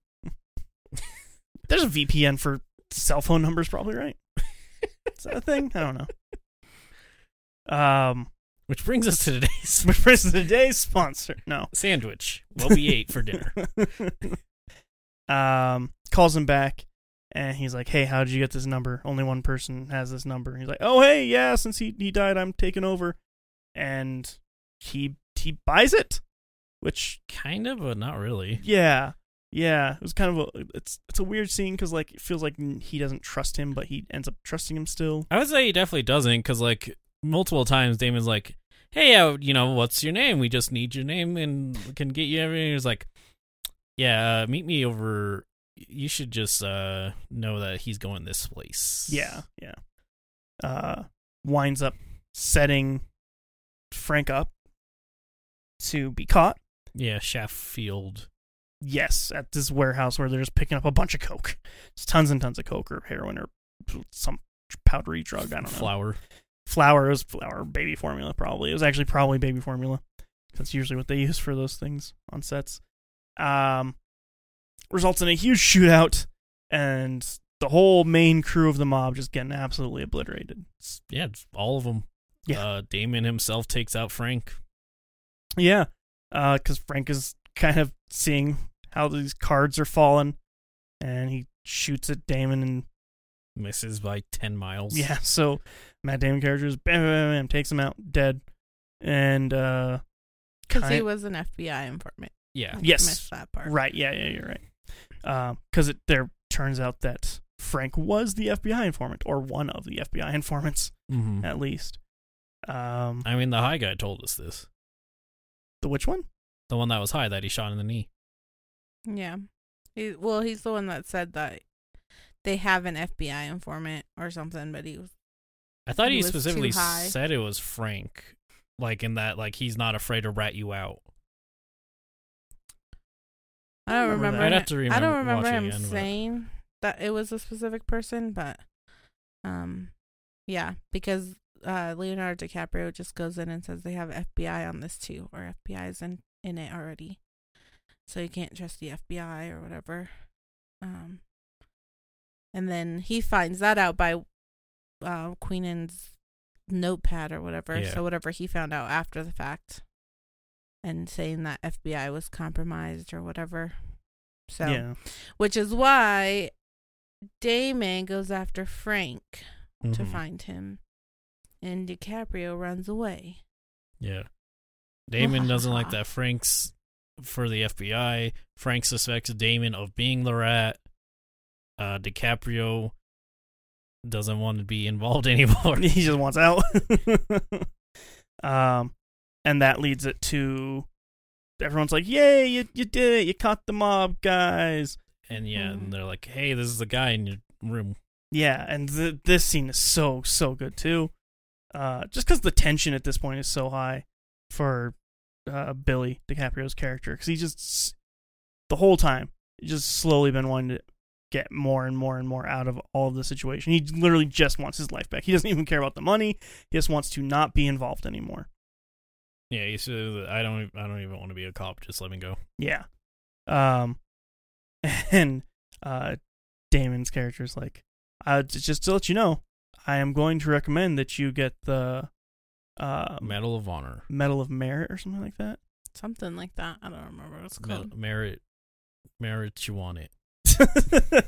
[LAUGHS] There's a VPN for cell phone numbers, probably right? Is that a thing? I don't know. Um, [LAUGHS] which brings us to today's [LAUGHS] which is today's sponsor? No. sandwich. What we ate for [LAUGHS] dinner. um, calls him back, and he's like, "Hey, how did you get this number? Only one person has this number." He's like, "Oh, hey, yeah, since he he died, I'm taking over," and he he buys it, which Kind of, but not really. yeah, yeah, it was kind of a it's it's a weird scene because like it feels like he doesn't trust him, but he ends up trusting him still. I would say he definitely doesn't, because like multiple times Damon's like, "Hey, uh, you know, what's your name? We just need your name and can get you everything." He's like, "Yeah, uh, meet me over." You should just uh, know that he's going this place. Yeah, yeah. Uh, winds up setting Frank up to be caught. yeah. Sheffield. yes, at this warehouse where they're just picking up a bunch of coke. It's tons and tons of coke or heroin or some powdery drug. I don't know. Flower. Flour. It was flour, baby formula, probably. It was actually probably baby formula. That's usually what they use for those things on sets. Um, results in a huge shootout and the whole main crew of the mob just getting absolutely obliterated. It's- Yeah, it's all of them. Yeah. Uh, Damon himself takes out Frank. yeah, because Frank is kind of seeing how these cards are falling and he shoots at Damon and Misses by 10 [LAUGHS] miles. Yeah, so Matt Damon characters bam, bam, bam, takes him out dead, and uh, Because he kind- was an FBI informant. Yeah. Yes. Missed that part. Right. Yeah. Yeah. You're right. Because it there turns out that Frank was the FBI informant or one of the FBI [LAUGHS] informants Mm-hmm. at least. Um, I mean, the high guy told us this. the which one? The one that was high that he shot in the knee. Yeah. He, well, he's the one that said that they have an FBI informant or something, but he was. I thought He he, was too specifically high. said it was Frank, like in that, like he's not afraid to rat you out. I don't remember remember. that. I'd him- have to I remember- don't remember watch it him again, but- saying that it was a specific person, but um, yeah, because uh, Leonardo DiCaprio just goes in and says they have FBI on this too, or FBI's in in it already, so you can't trust the FBI or whatever. Um, and then he finds that out by uh, Queenan's notepad or whatever. Yeah. So whatever he found out after the fact, and saying that FBI was compromised or whatever. So Yeah. which is why Damon goes after Frank to Mhm. find him, and DiCaprio runs away. [LAUGHS] Yeah. Damon doesn't like that Frank's for the FBI. Frank suspects Damon of being the rat. Uh DiCaprio doesn't want to be involved [LAUGHS] anymore. [LAUGHS] he just wants out. um, and that leads it to everyone's like, "Yay, you you did it! You caught the mob, guys!" And yeah, Mhm. and they're like, "Hey, this is the guy in your room." Yeah, and th- this scene is so so good too. Uh, just because the tension at this point is so high for uh, Billy DiCaprio's character, because he just s- the whole time he's just slowly been wanting to get more and more and more out of all of the situation. He literally just wants his life back. He doesn't even care about the money. He just wants to not be involved anymore. Yeah, he said, "I don't e, I don't even want to be a cop. Just let me go." Yeah. Um, [LAUGHS] and uh, Damon's character is like, uh, j- just to let you know, I am going to recommend that you get the uh, Um, Medal of Honor. Medal of Merit or something like that. [LAUGHS] Something like that. I don't remember what it's Mel- called. merit merit you want it. and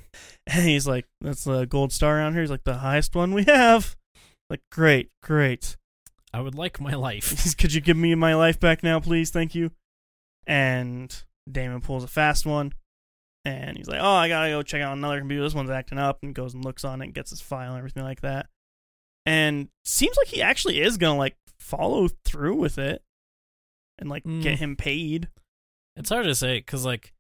he's like, that's the gold star around here. He's like, the highest one we have. Like, great, great. I would like my [LAUGHS] life. He's, [LAUGHS] Could you give me my life back now, please? Thank you. And Damon pulls a fast one. And he's like, oh, I gotta go check out another computer. This one's acting up. And goes and looks on it and gets his file and everything like that. And seems like he actually is gonna, like, follow through with it and, like, Mm. get him paid. It's hard to say cuz like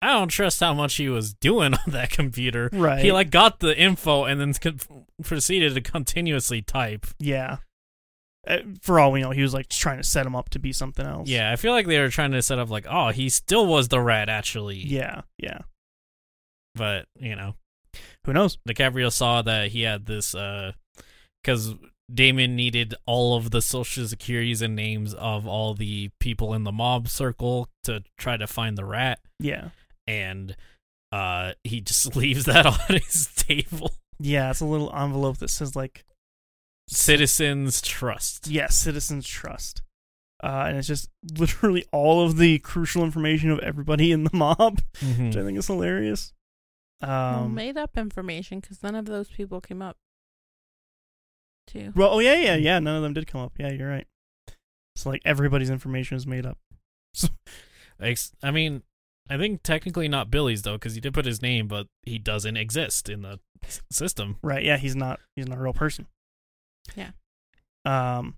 I don't trust how much he was doing [LAUGHS] on that computer. Right. He like got the info and then con- proceeded to continuously type. yeah. Uh, For all we know, he was, like, just trying to set him up to be something else. Yeah, I feel like they were trying to set up like, oh, he still was the rat actually. Yeah. Yeah. But you know, Who knows? DiCaprio saw that he had this because Damon needed all of the social securities and names of all the people in the mob circle to try to find the rat, Yeah. and uh, he just [LAUGHS] leaves that on his table. Yeah. It's a little envelope that says, like, Citizens Trust. Yes, Citizens Trust. Uh, and it's just literally all of the crucial information of everybody in the [LAUGHS] mob, Mhm. which I think is hilarious. Well, Um, made up information because none of those people came up. Too. well, oh yeah, yeah, yeah. None of them did come up. Yeah, you're right. So like everybody's information is made up. Ex- I mean, I think technically not Billy's though, because he did put his name, but he doesn't exist in the s- system. Right? Yeah, he's not. He's not a real person. Yeah. Um.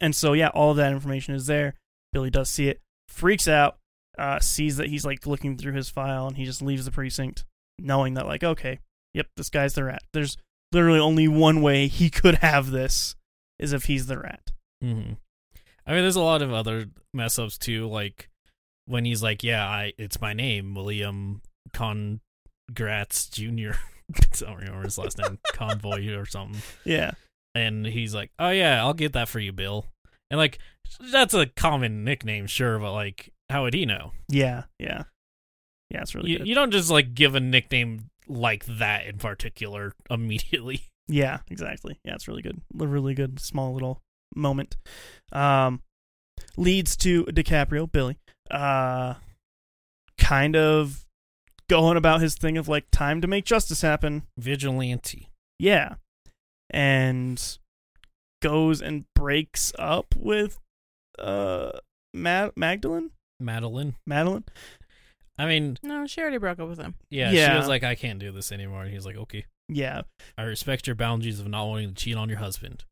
And so yeah, all of that information is there. Billy does see it, freaks out, uh, sees that he's like looking through his file, and he just leaves the precinct, knowing that like, okay, yep, this guy's the rat. There's literally only one way he could have this is if he's the rat. Mm-hmm. hmm I mean, there's a lot of other mess ups too, like when he's like, "Yeah, I, it's my name, William Congratz Jr." [LAUGHS] I don't remember his last [LAUGHS] name, Convoy or something. Yeah. And he's like, "Oh yeah, I'll get that for you, Bill." And like, that's a common nickname, sure, but like, how would he know? Yeah. Yeah. Yeah. It's really you, good. you don't just like give a nickname like that in particular immediately. Yeah, exactly. Yeah, it's really good. A really good small little moment. Um leads to DiCaprio, Billy, uh kind of going about his thing of like time to make justice happen. [LAUGHS] Vigilante. Yeah. And goes and breaks up with uh Mag- Magdalene? Madeline. Madeline. I mean, No, she already broke up with him. yeah, she Yeah. was like, I can't do this anymore. And he's like, okay, Yeah. [LAUGHS] I respect your boundaries of not wanting to cheat on your [LAUGHS] husband.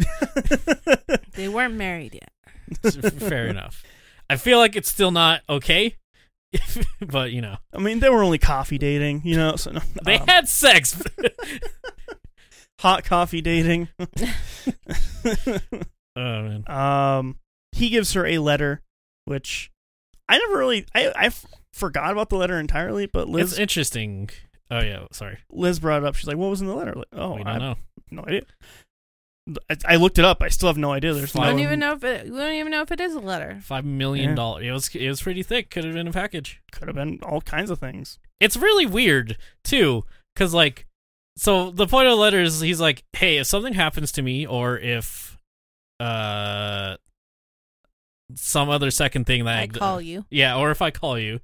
They weren't married yet. Fair enough. I feel like it's still not okay, [LAUGHS] but you know, I mean, they were only coffee dating, you know. So no, they um, had sex. [LAUGHS] hot coffee dating. oh, man. um, he gives her a letter, which I never really I I f- forgot about the letter entirely. But Liz It's interesting. Oh, yeah, sorry. Liz brought it up. She's like, "What was in the letter?" Like, oh, we I don't know. have no idea. I, I looked it up. I still have no idea. There's I I no don't even know if it. We don't even know if it is a letter. Five million Yeah. dollars. It was it was pretty thick. Could have been a package. could have been all kinds of things. It's really weird too, because like, so the point of the letter is he's like, hey, if something happens to me, or if, uh, some other second thing that I call you. yeah, or if I call you,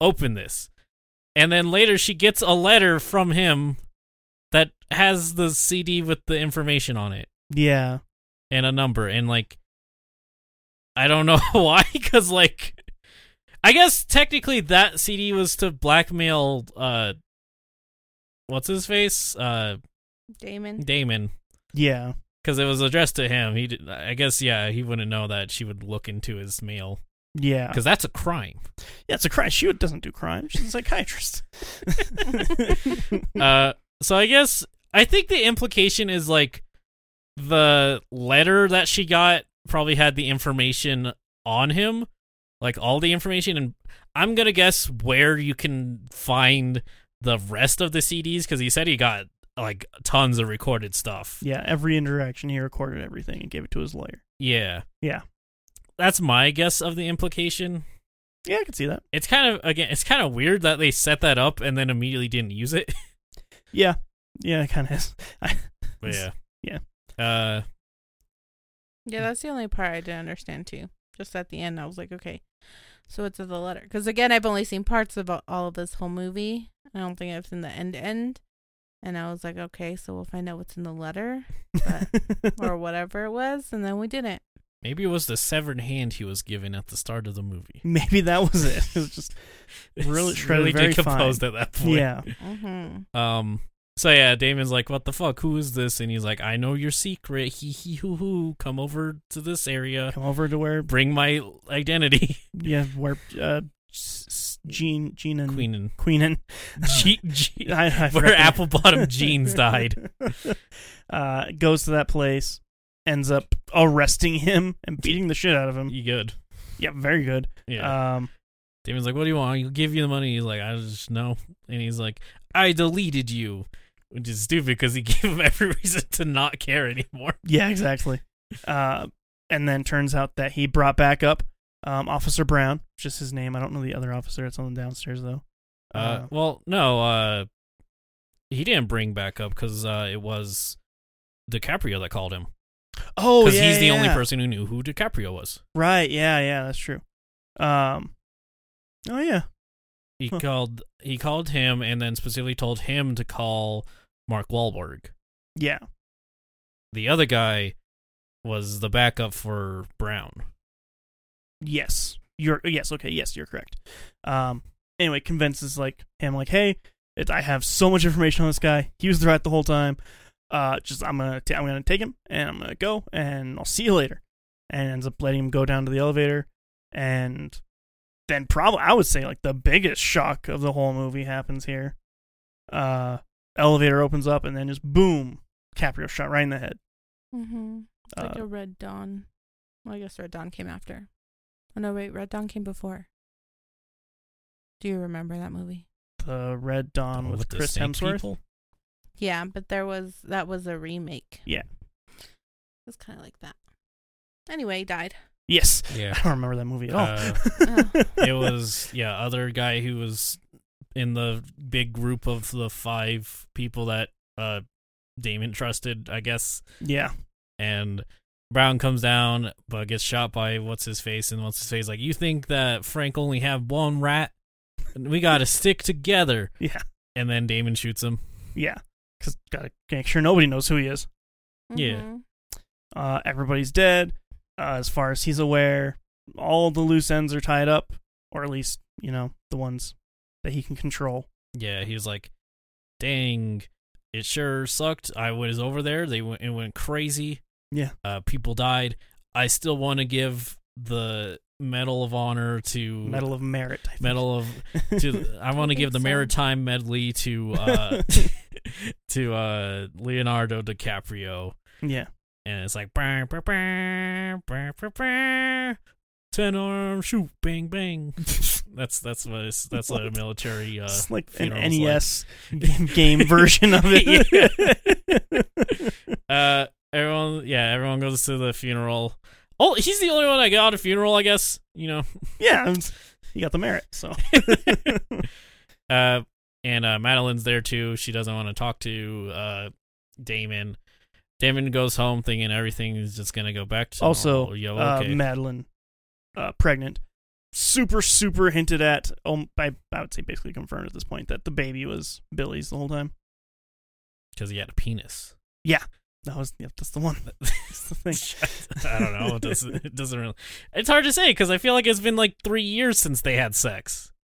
open this, and then later she gets a letter from him that has the CD with the information on it Yeah, and a number and like i don't know [LAUGHS] why because like i guess technically that cd was to blackmail uh what's his face uh Damon. damon yeah. because it was addressed to him he did, i guess yeah he wouldn't know that she would look into his mail Yeah. because that's a crime Yeah, it's a crime. She doesn't do crime. She's a psychiatrist. [LAUGHS] uh so i guess i think the implication is like the letter that she got probably had the information on him like all the information and i'm gonna guess where you can find the rest of the cds because he said he got like tons of recorded stuff yeah, every interaction he recorded everything and gave it to his lawyer. yeah Yeah. that's my guess of the implication Yeah, I can see that. it's kind of again it's kind of weird that they set that up and then immediately didn't use it [LAUGHS] Yeah. Yeah, it kind of is. but yeah Yeah. uh Yeah, that's the only part I didn't understand too. Just at the end, I was like, okay, so what's in the letter? Because again, I've only seen parts of all of this whole movie. I don't think I've seen the end end. And I was like, okay, so we'll find out what's in the letter [LAUGHS] or whatever it was, and then we didn't. Maybe it was the severed hand he was given at the start of [LAUGHS] the movie. Maybe that was it. It was [LAUGHS] just Really It's shredded very decomposed at that point. yeah. Mm-hmm. Um. So yeah, Damon's like, "What the fuck? Who is this?" And he's like, "I know your secret. He he hoo hoo. Come over to this area. Come over to where Bring my [LAUGHS] identity, [LAUGHS] yeah where uh, s- s- Jean Jean and [LAUGHS] Queen and [LAUGHS] Queenan. G- [LAUGHS] G- I, I forgot [LAUGHS] where the- apple [LAUGHS] bottom jeans died. uh, goes to that place, ends up arresting him and beating the shit out of him. You good? Yeah, very good. Yeah. Um, Damon's like, "What do you want? I'll give you the money." He's like, "I just know." And he's like, "I deleted you," which is stupid because he [LAUGHS] gave him every reason to not care anymore. yeah, exactly. uh, and then turns out that he brought back up um, Officer Brown, which is his name. I don't know the other officer that's on the downstairs though. Uh, well, no, uh, he didn't bring back up because uh, it was DiCaprio that called him oh, because yeah, he's the only yeah. person who knew who DiCaprio was. Right? Yeah, yeah, that's true. Um, oh yeah, He Huh. called he called him and then specifically told him to call Mark Wahlberg. yeah, The other guy was the backup for Brown. yes, you're yes, okay, yes, you're correct. Um, anyway, convinces like him, like, hey, it, I have so much information on this guy. He was the right the whole time. Uh, just I'm gonna ta- I'm gonna take him and I'm gonna go and I'll see you later. And ends up letting him go down to the elevator, and then probably I would say like the biggest shock of the whole movie happens here. Uh, elevator opens up and then just boom, Caprio shot right in the head. Mm-hmm. Like Uh, a Red Dawn. Well, I guess Red Dawn came after. Oh, no, wait, Red Dawn came before. Do you remember that movie? the Red Dawn with, With Oh, the Chris snake Hemsworth. people? Yeah, but there was that was a remake. Yeah. It was kind of like that. Anyway, he died. Yes, [LAUGHS] Yeah, I don't remember that movie at all. uh, Oh. it was yeah other guy who was in the big group of the five people that uh, Damon trusted, I guess. [LAUGHS] Yeah, and Brown comes down but gets shot by what's his face and what's his face like you think that Frank only had one rat and we [LAUGHS] got to stick together yeah, and then Damon shoots him yeah. Because gotta make sure nobody knows who he is. yeah. Mhm. Uh, everybody's dead, uh, as far as he's aware. All the loose ends are tied up. or at least you know the ones that he can control. Yeah, he was like, "Dang, it sure sucked. I was over there. They went it went crazy. Yeah. uh, people died. I still want to give the Medal of Honor to Medal of Merit. I think. Medal of [LAUGHS] to I want to think give the so. maritime medley to uh to uh Leonardo DiCaprio yeah, and it's like "Bah, bah, bah, bah, bah, bah, ten arm shoot bang bang [LAUGHS] that's that's what it's, that's what a military uh [LAUGHS] it's like an funeral's [LAUGHS] NES game version of it. uh everyone yeah everyone goes to the funeral oh he's the only one I got at a funeral I guess [LAUGHS] you know [LAUGHS] [LAUGHS] yeah, it's- you got the merit. So Uh, and uh, Madeline's there too. She doesn't want to talk to uh, Damon. Damon goes home thinking everything is just gonna go back to also normal. Yo, uh, Oh, okay. Madeline, uh, pregnant, super super hinted at. Um, I, I would say basically confirmed at this point that the baby was Billy's the whole time. because he had a penis. That was yep, that's the [LAUGHS] one. That's the thing. I don't know. It doesn't, it doesn't really. It's hard to say because I feel like it's been like three years since they had sex. [LAUGHS]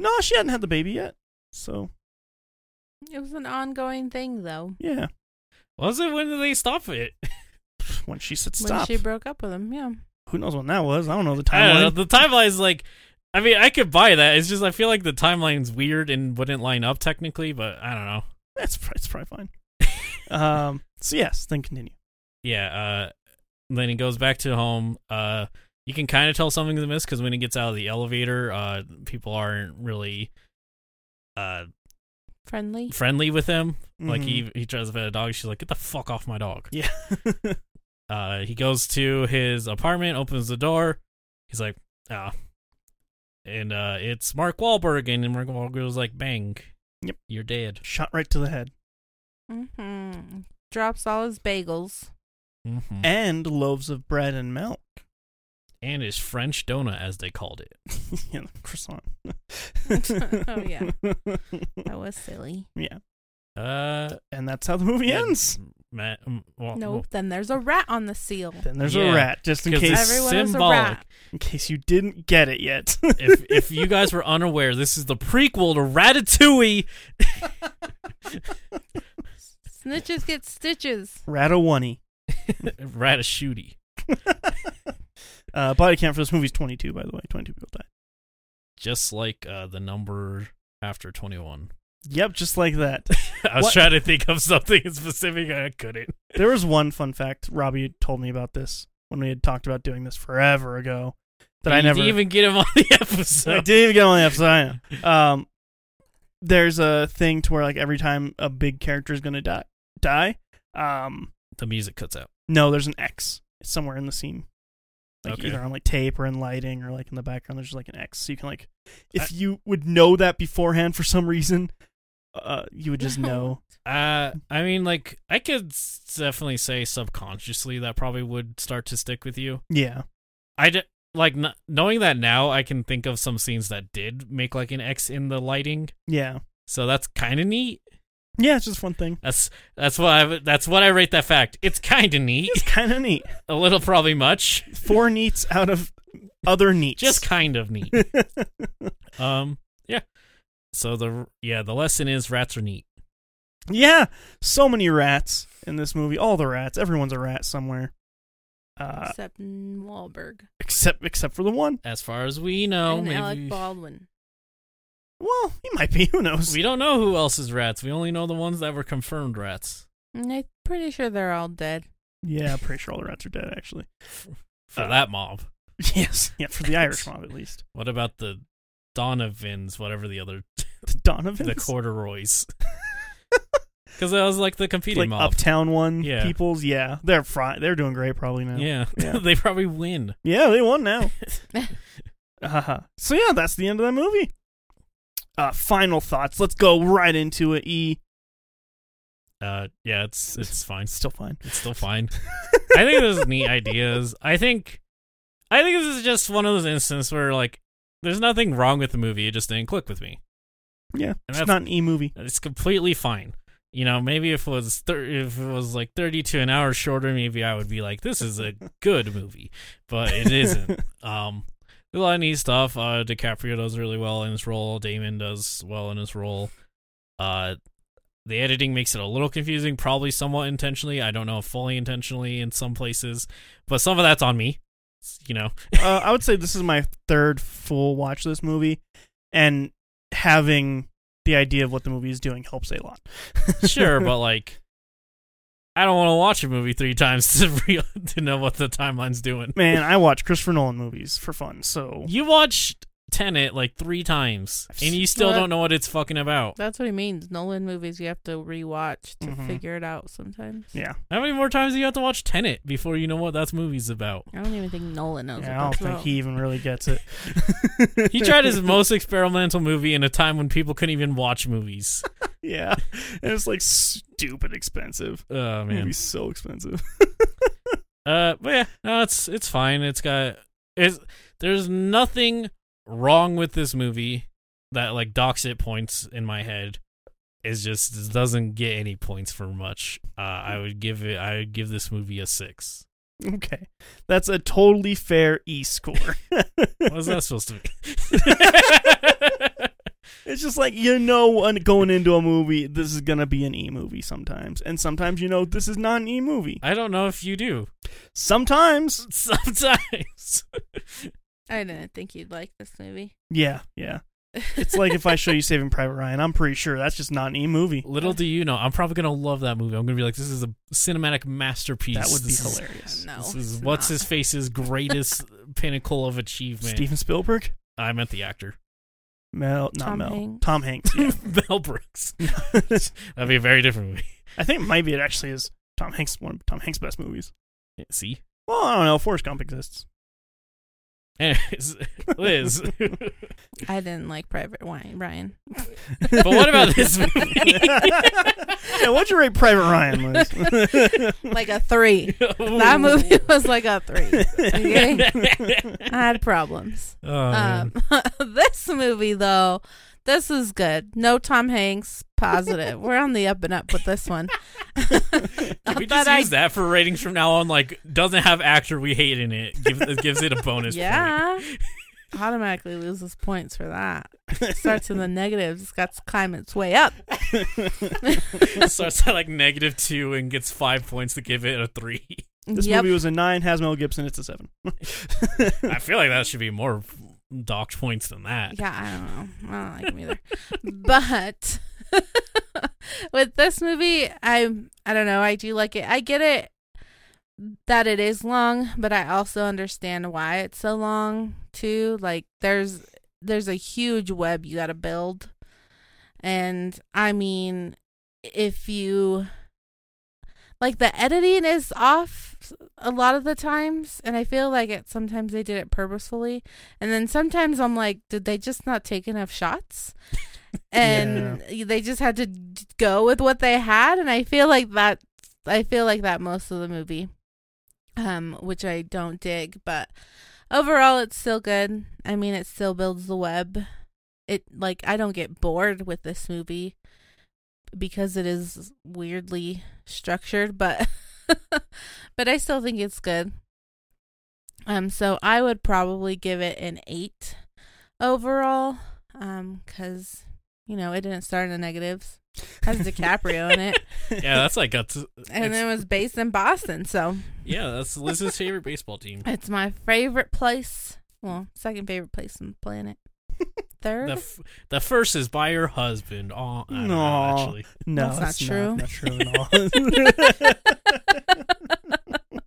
No, she hadn't had the baby yet. So It was an ongoing thing though. yeah, Was it when did they stop it? [LAUGHS] when she said When stop, she broke up with him, yeah. who knows when that was? I don't know the I don't know. timeline. The timeline is like. I mean, I could buy that. It's just I feel like the timeline's weird and wouldn't line up technically, but I don't know. That's pr- it's [LAUGHS] probably fine. um. So yes, then continue. yeah uh then he goes back to home uh you can kind of tell something's amiss because when he gets out of the elevator uh people aren't really uh Friendly. friendly with him like Mhm. he he tries to pet a dog she's like get the fuck off my dog Mm, Yeah. [LAUGHS] uh he goes to his apartment opens the door he's like ah and uh it's Mark Wahlberg and Mark Wahlberg was like bang Yep. you're dead Shot right to the head Mm-hmm. Drops all his bagels. mm-hmm. and loaves of bread and milk. and his French donut as they called it [LAUGHS] yeah, the croissant. [LAUGHS] Oh, yeah. That was silly. [LAUGHS] Yeah. uh And that's how the movie Yeah. ends. Matt, um, well, Nope. Then there's a rat on the seal. Then there's Yeah. a rat, just in 'Cause case every- Everyone is a symbolic. rat. in case you didn't get it yet. if [LAUGHS] if you [LAUGHS] guys were unaware, this is the prequel to Ratatouille. [LAUGHS] Snitches get stitches. rat a oney. Ratashooty. [LAUGHS] Uh, body count for this movie is 22, by the way. 22 people died. Just like uh, the number after 21. Yep, just like that. [LAUGHS] I was What? trying to think of something [LAUGHS] specific. I couldn't. There was one fun fact. Robbie told me about this when we had talked about doing this forever ago. That I You never didn't even get him on the [LAUGHS] [LAUGHS] I episode. didn't even get on the episode. I know. Um, there's a thing to where like every time a big character is gonna die, die. Um, The music cuts out. no, there's an X somewhere in the scene, like Okay. either on like tape or in lighting or like in the background. There's just like an X, so you can like, if you would know that beforehand for some reason, uh, you would just know. Uh, I mean, like, I could s- definitely say subconsciously that probably would start to stick with you. Yeah, I d- like kn- knowing that now, I can think of some scenes that did make like an X in the lighting. yeah, So that's kind of neat. yeah. It's just one thing. That's that's what I that's what I rate that fact. It's kind of neat, It's kind of neat. a little probably much, Four neats out of other neats. [LAUGHS] just kind of neat. um, yeah. So the yeah the lesson is rats are neat. Yeah, so many rats in this movie. All the rats. Everyone's a rat somewhere. [LAUGHS] Uh, Except Wahlberg except except for the one. As far as we know, and oh, maybe Alec Baldwin. Well, he might be. [LAUGHS] Who knows? we don't know who else is rats. We only know the ones that were confirmed rats. And I'm pretty sure they're all dead. yeah, I'm pretty sure all the rats are dead. Actually. For Uh, that mob, Yes. Yeah, for the Irish mob at least. what about the Donovans? Whatever the [LAUGHS] other The Donovan. [LAUGHS] the corduroys, because that was like the competing like mob. uptown one. Yeah. Peoples. Yeah, they're fry- They're doing great probably now. yeah, Yeah. [LAUGHS] they probably win. Yeah, they won [LAUGHS] now. Haha. so yeah, that's the end of that movie. Uh, final thoughts. Let's go right into it. E. Uh, [LAUGHS] yeah, it's it's fine. Still fine. It's still fine. [LAUGHS] I think there's neat [LAUGHS] ideas. I think I think this is just one of those instances where like there's nothing wrong with the movie, it just didn't click with me. [LAUGHS] Yeah, that's- it's not an E movie. It's completely fine. You know, maybe if it was thir- if it was like 32 an hour shorter, maybe I would be like this is a good movie, but it isn't. um a lot of neat stuff. Uh, DiCaprio does really well in his role. Damon does well in his role. Uh, the editing makes it a little confusing, probably somewhat intentionally. I don't know if fully intentionally in some places, but some of that's on me. It's, you know, uh, I would say this is my third full watch of this movie, and having the idea of what the movie is doing helps a lot. sure, but like, I don't want to watch a movie three times [LAUGHS] to re- to know what the timeline's doing. Man, I watch Christopher Nolan movies for fun, so You watched Tenet like three times, I've and seen you still that. don't know what it's fucking about. That's what he means. Nolan movies you have to rewatch to Mhm. figure it out sometimes. yeah. How many more times do you have to watch Tenet before you know what that movie's about? I don't even think Nolan knows yeah I what don't that's think about. he even really gets it. [LAUGHS] He [LAUGHS] tried his most experimental movie in a time when people couldn't even watch movies. Yeah, and it's like stupid expensive. Oh Movie's man. so expensive. [LAUGHS] Uh, but yeah, no, it's it's fine. It's got it's there's nothing wrong with this movie that like docks it points in my head. It's just it doesn't get any points for much. Uh, I would give it. I would give this movie a six. Okay, that's a totally fair E score. [LAUGHS] What is that supposed to be? It's just like you know, when going into a movie, this is gonna be an E movie sometimes, and sometimes you know this is not an E movie. [LAUGHS] I don't know if you do. [LAUGHS] Sometimes, Sometimes I didn't think you'd like this movie. yeah, yeah. It's [LAUGHS] like if I show you Saving Private Ryan, I'm pretty sure that's just not an E movie. Little do you know, I'm probably gonna love that movie. I'm gonna be like, this is a cinematic masterpiece. That would be This is- hilarious. No. This is it's what's not. his face's greatest pinnacle of achievement. Steven Spielberg, I meant the actor, Mel, not Tom Mel, Hanks. Tom Hanks. yeah. [LAUGHS] Mel Brooks. That'd be a very different movie. I think maybe it actually is Tom Hanks one of Tom Hanks' best movies. See, Well, I don't know. Forrest Gump exists. anyways, [LAUGHS] Liz. I didn't like Private Ryan. Ryan. but what about this movie? [LAUGHS] yeah, what'd you rate Private Ryan, Liz? Like a three. that movie [LAUGHS] was like a three. Okay? [LAUGHS] I had problems. [LAUGHS] Oh, man. Um, [LAUGHS] this movie though, this is good. No Tom Hanks. [LAUGHS] Positive. We're on the up and up with [LAUGHS] this one. Can we just Not that I- use that for ratings from now on? Like, doesn't have actor we hate in it. Give, it gives it a bonus. point. [LAUGHS] yeah. Automatically loses points for that. Starts in the negatives. It's got to climb its [LAUGHS] way up. It starts at like negative two and gets five points to give it a three. this yep. movie was a nine. Has Mel Gibson? It's a seven. I feel like that should be more docked points than that. Yeah, I don't know. I don't like him either. but [LAUGHS] with this movie, I I don't know. I do like it. I get it that it is long, but I also understand why it's so long too. Like there's there's a huge web you got to build. And I mean, if you like the editing is off a lot of the times and I feel like it sometimes they did it purposefully. And then sometimes I'm like, did they just not take enough shots? And they just had to d- go with what they had. And I feel like that. I feel like that most of the movie, um, which I don't dig. But overall, it's still good. I mean, it still builds the web. It like I don't get bored with this movie because it is weirdly structured, but [LAUGHS] but I still think it's good. Um, so I would probably give it an eight overall, um, because you know it didn't start in the negatives. Has DiCaprio in it, Yeah, that's like a. T- and it's- it was based in Boston, so yeah, that's Liz's favorite baseball team. it's my favorite place. Well, second favorite place on the [LAUGHS] planet. Third, The, f- the first is by her husband. Oh, I don't know, Aw. actually. [LAUGHS] No, That's not it's true. Not, at [LAUGHS] all.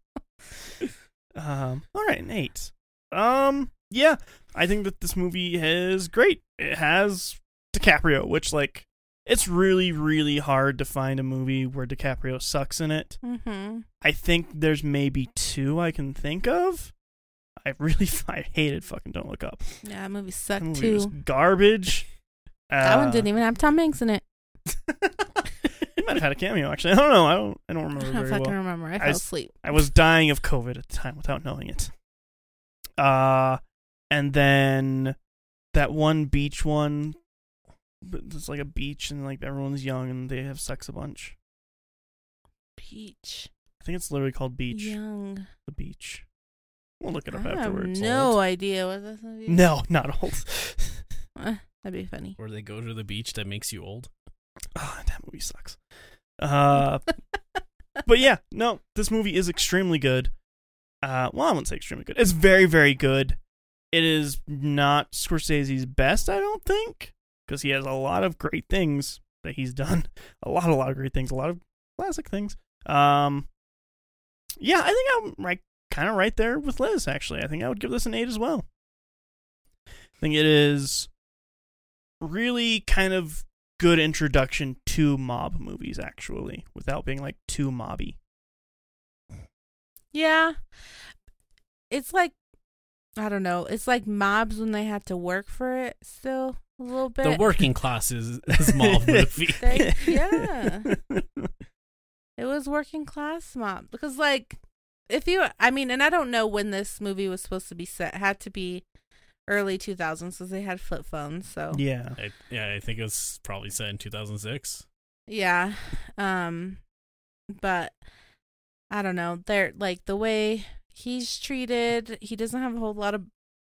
um, all right, an eight. Um, yeah, I think that this movie is great. It has DiCaprio, which like it's really really hard to find a movie where DiCaprio sucks in it. mm-hmm. I think there's maybe two I can think of. I really [LAUGHS] I hated fucking Don't Look Up. yeah, that movie That sucked movie too. was garbage. Uh, that Uh, one didn't even have Tom Hanks in it. He might have had a cameo actually. I don't know. I don't. I don't [LAUGHS] I remember don't very fucking well. remember. I I fell s- asleep. I was dying of COVID at the time without knowing it. Uh, and then that one beach one. But it's like a beach, and like everyone's young, and they have sex a bunch. Peach. I think it's literally called Beach. Young. The beach. We'll look it I up have afterwards. no Old. idea what this movie is. No, not old. Uh, that'd be funny. Where they go to the beach that makes you old. Ah, that movie sucks. Uh, but yeah, no, this movie is extremely good. Uh, well, I wouldn't say extremely good. It's very, very good. It is not Scorsese's best, I don't think, because he has a lot of great things that he's done. [LAUGHS] A lot, a lot of great things. A lot of classic things. Um, yeah, I think I'm right, kind of right there with Liz. Actually, I think I would give this an eight as well. I think it is really kind of good introduction to mob movies actually without being like too mobby Yeah. It's like I don't know. It's like mobs when they have to work for it still a little bit. The working class is, is [LAUGHS] mob movie. [LAUGHS] They- yeah. It was working class mob because like if you I mean and I don't know when this movie was supposed to be set. It had to be early 2000s cuz they had flip phones, so yeah I, yeah, I think it was probably set in 2006. Yeah. Um but I don't know. They're like the way he's treated, he doesn't have a whole lot of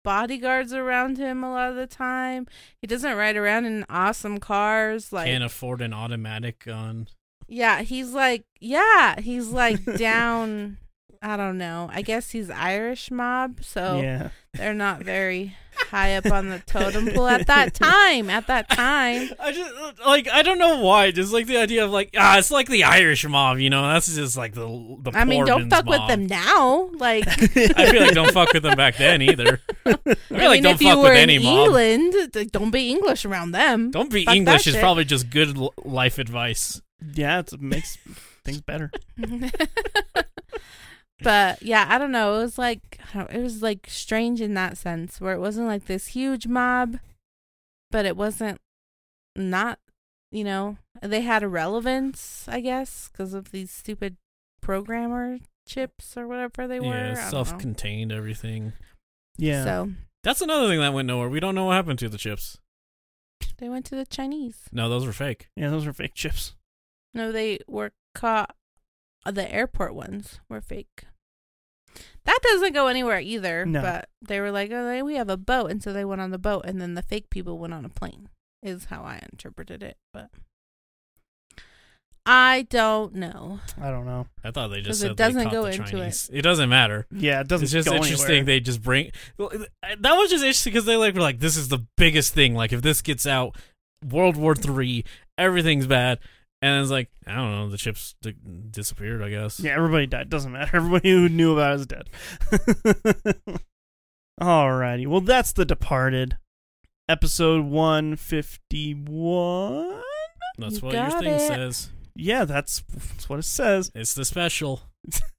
bodyguards around him a lot of the time. He doesn't ride around in awesome cars like Can't afford an automatic gun. Yeah, he's like yeah, [LAUGHS] he's like down I don't know. I guess he's Irish mob, so yeah they're not [LAUGHS] very Oh. high up on the totem pole [LAUGHS] at that time. At that time. I just like I don't know why. Just like the idea of like ah, it's like the Irish mob, you know. That's just like the the. I mean, poor don't man's fuck with mob. them now. Like [LAUGHS] I feel like don't fuck with them back then either. I feel [LAUGHS] I like mean, don't if you fuck were with in any mob. England, d- don't be English around them. Don't be fuck that English is shit. probably just good l- life advice. yeah it makes things better [LAUGHS] but yeah, I don't know. It was like I don't, it was like strange in that sense, where it wasn't like this huge mob, but it wasn't not. You know, they had a relevance, I guess, because of these stupid programmer chips or whatever they were. yeah, I don't know. self-contained everything. yeah So That's another thing that went nowhere. We don't know what happened to the chips. they went to the Chinese. No, those were fake. yeah those are fake chips No, they were caught. uh, The airport ones were fake. That doesn't go anywhere either. No. But they were like, oh, they- we have a boat. And so they went on the boat. And then the fake people went on a plane, is how I interpreted it. But I don't know. i don't know I thought they just 'Cause said it they doesn't caught go the into it. Chinese. It doesn't matter. yeah it doesn't it's just go interesting anywhere. they just bring well, that was just interesting because they like were like this is the biggest thing like if this gets out world war three everything's bad and it's like i don't know the chips di- disappeared i guess yeah everybody died doesn't matter [LAUGHS] everybody who knew about it is dead [LAUGHS] alrighty well that's the departed episode 151 that's You what your got thing it. says yeah that's, that's what it says it's the special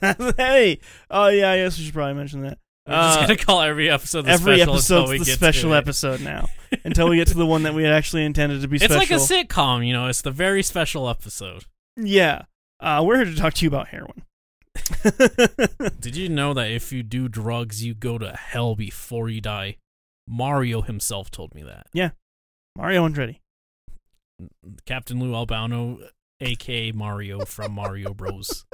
[LAUGHS] hey oh yeah i guess we should probably mention that we're just Uh, gonna call every episode the every special episode's until we the get special to it. episode now until we get to the one that we had actually intended to be [LAUGHS] it's special. like a sitcom you know it's the very special episode yeah. Uh, we're here to talk to you about heroin. [LAUGHS] did you know that if you do drugs you go to hell before you die mario himself told me that Mario Andretti. Captain Lou Albano, aka Mario from [LAUGHS] Mario Bros.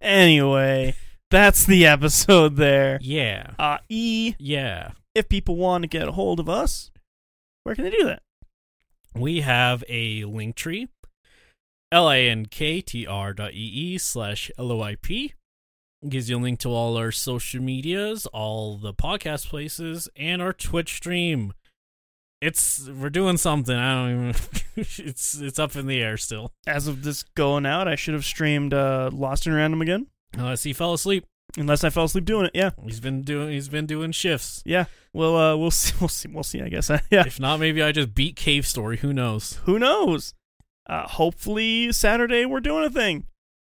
Anyway, that's the episode there. Yeah, Uh, e, yeah. if people want to get a hold of us, where can they do that? We have a link tree, l a n k t r dot e e slash l o i p. Gives you a link to all our social medias, all the podcast places, and our Twitch stream. It's we're doing something. I don't even. [LAUGHS] it's it's up in the air still. As of this going out, I should have streamed uh, Lost and Random again, Unless he fell asleep. unless I fell asleep doing it. Yeah, He's been doing. He's been doing shifts. yeah. We'll uh, we'll [LAUGHS] see. We'll see. We'll see. I guess. [LAUGHS] yeah. If not, maybe I just beat Cave Story. Who knows? who knows? Uh, hopefully Saturday we're doing a thing.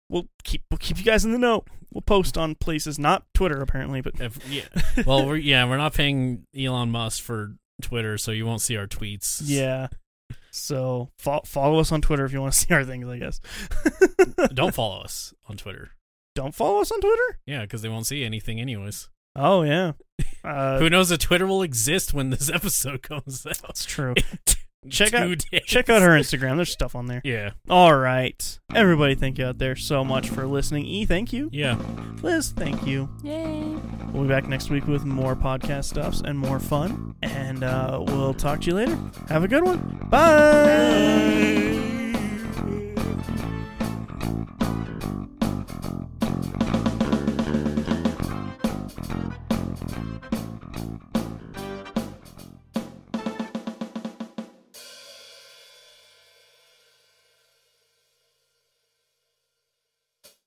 We'll keep we'll keep you guys in the know. We'll post on places, not Twitter apparently, but [LAUGHS] If, yeah. Well, we're yeah, we're not paying Elon Musk for Twitter, so you won't see our tweets. [LAUGHS] yeah. So fo- follow us on Twitter if you want to [LAUGHS] see our things. I guess. Don't follow us on Twitter. Don't follow us on Twitter. Yeah, because they won't see anything anyways. Oh yeah, uh, Who knows if Twitter will exist when this [LAUGHS] episode comes out? [LAUGHS] that's true. Check out two days. check out her Instagram. There's stuff on there. Yeah, All right, everybody, thank you out there so much for listening. E, thank you. yeah. Liz, thank you. Yay. We'll be back next week with more podcast stuffs and more fun. And uh, we'll talk to you later. Have a good one. Bye.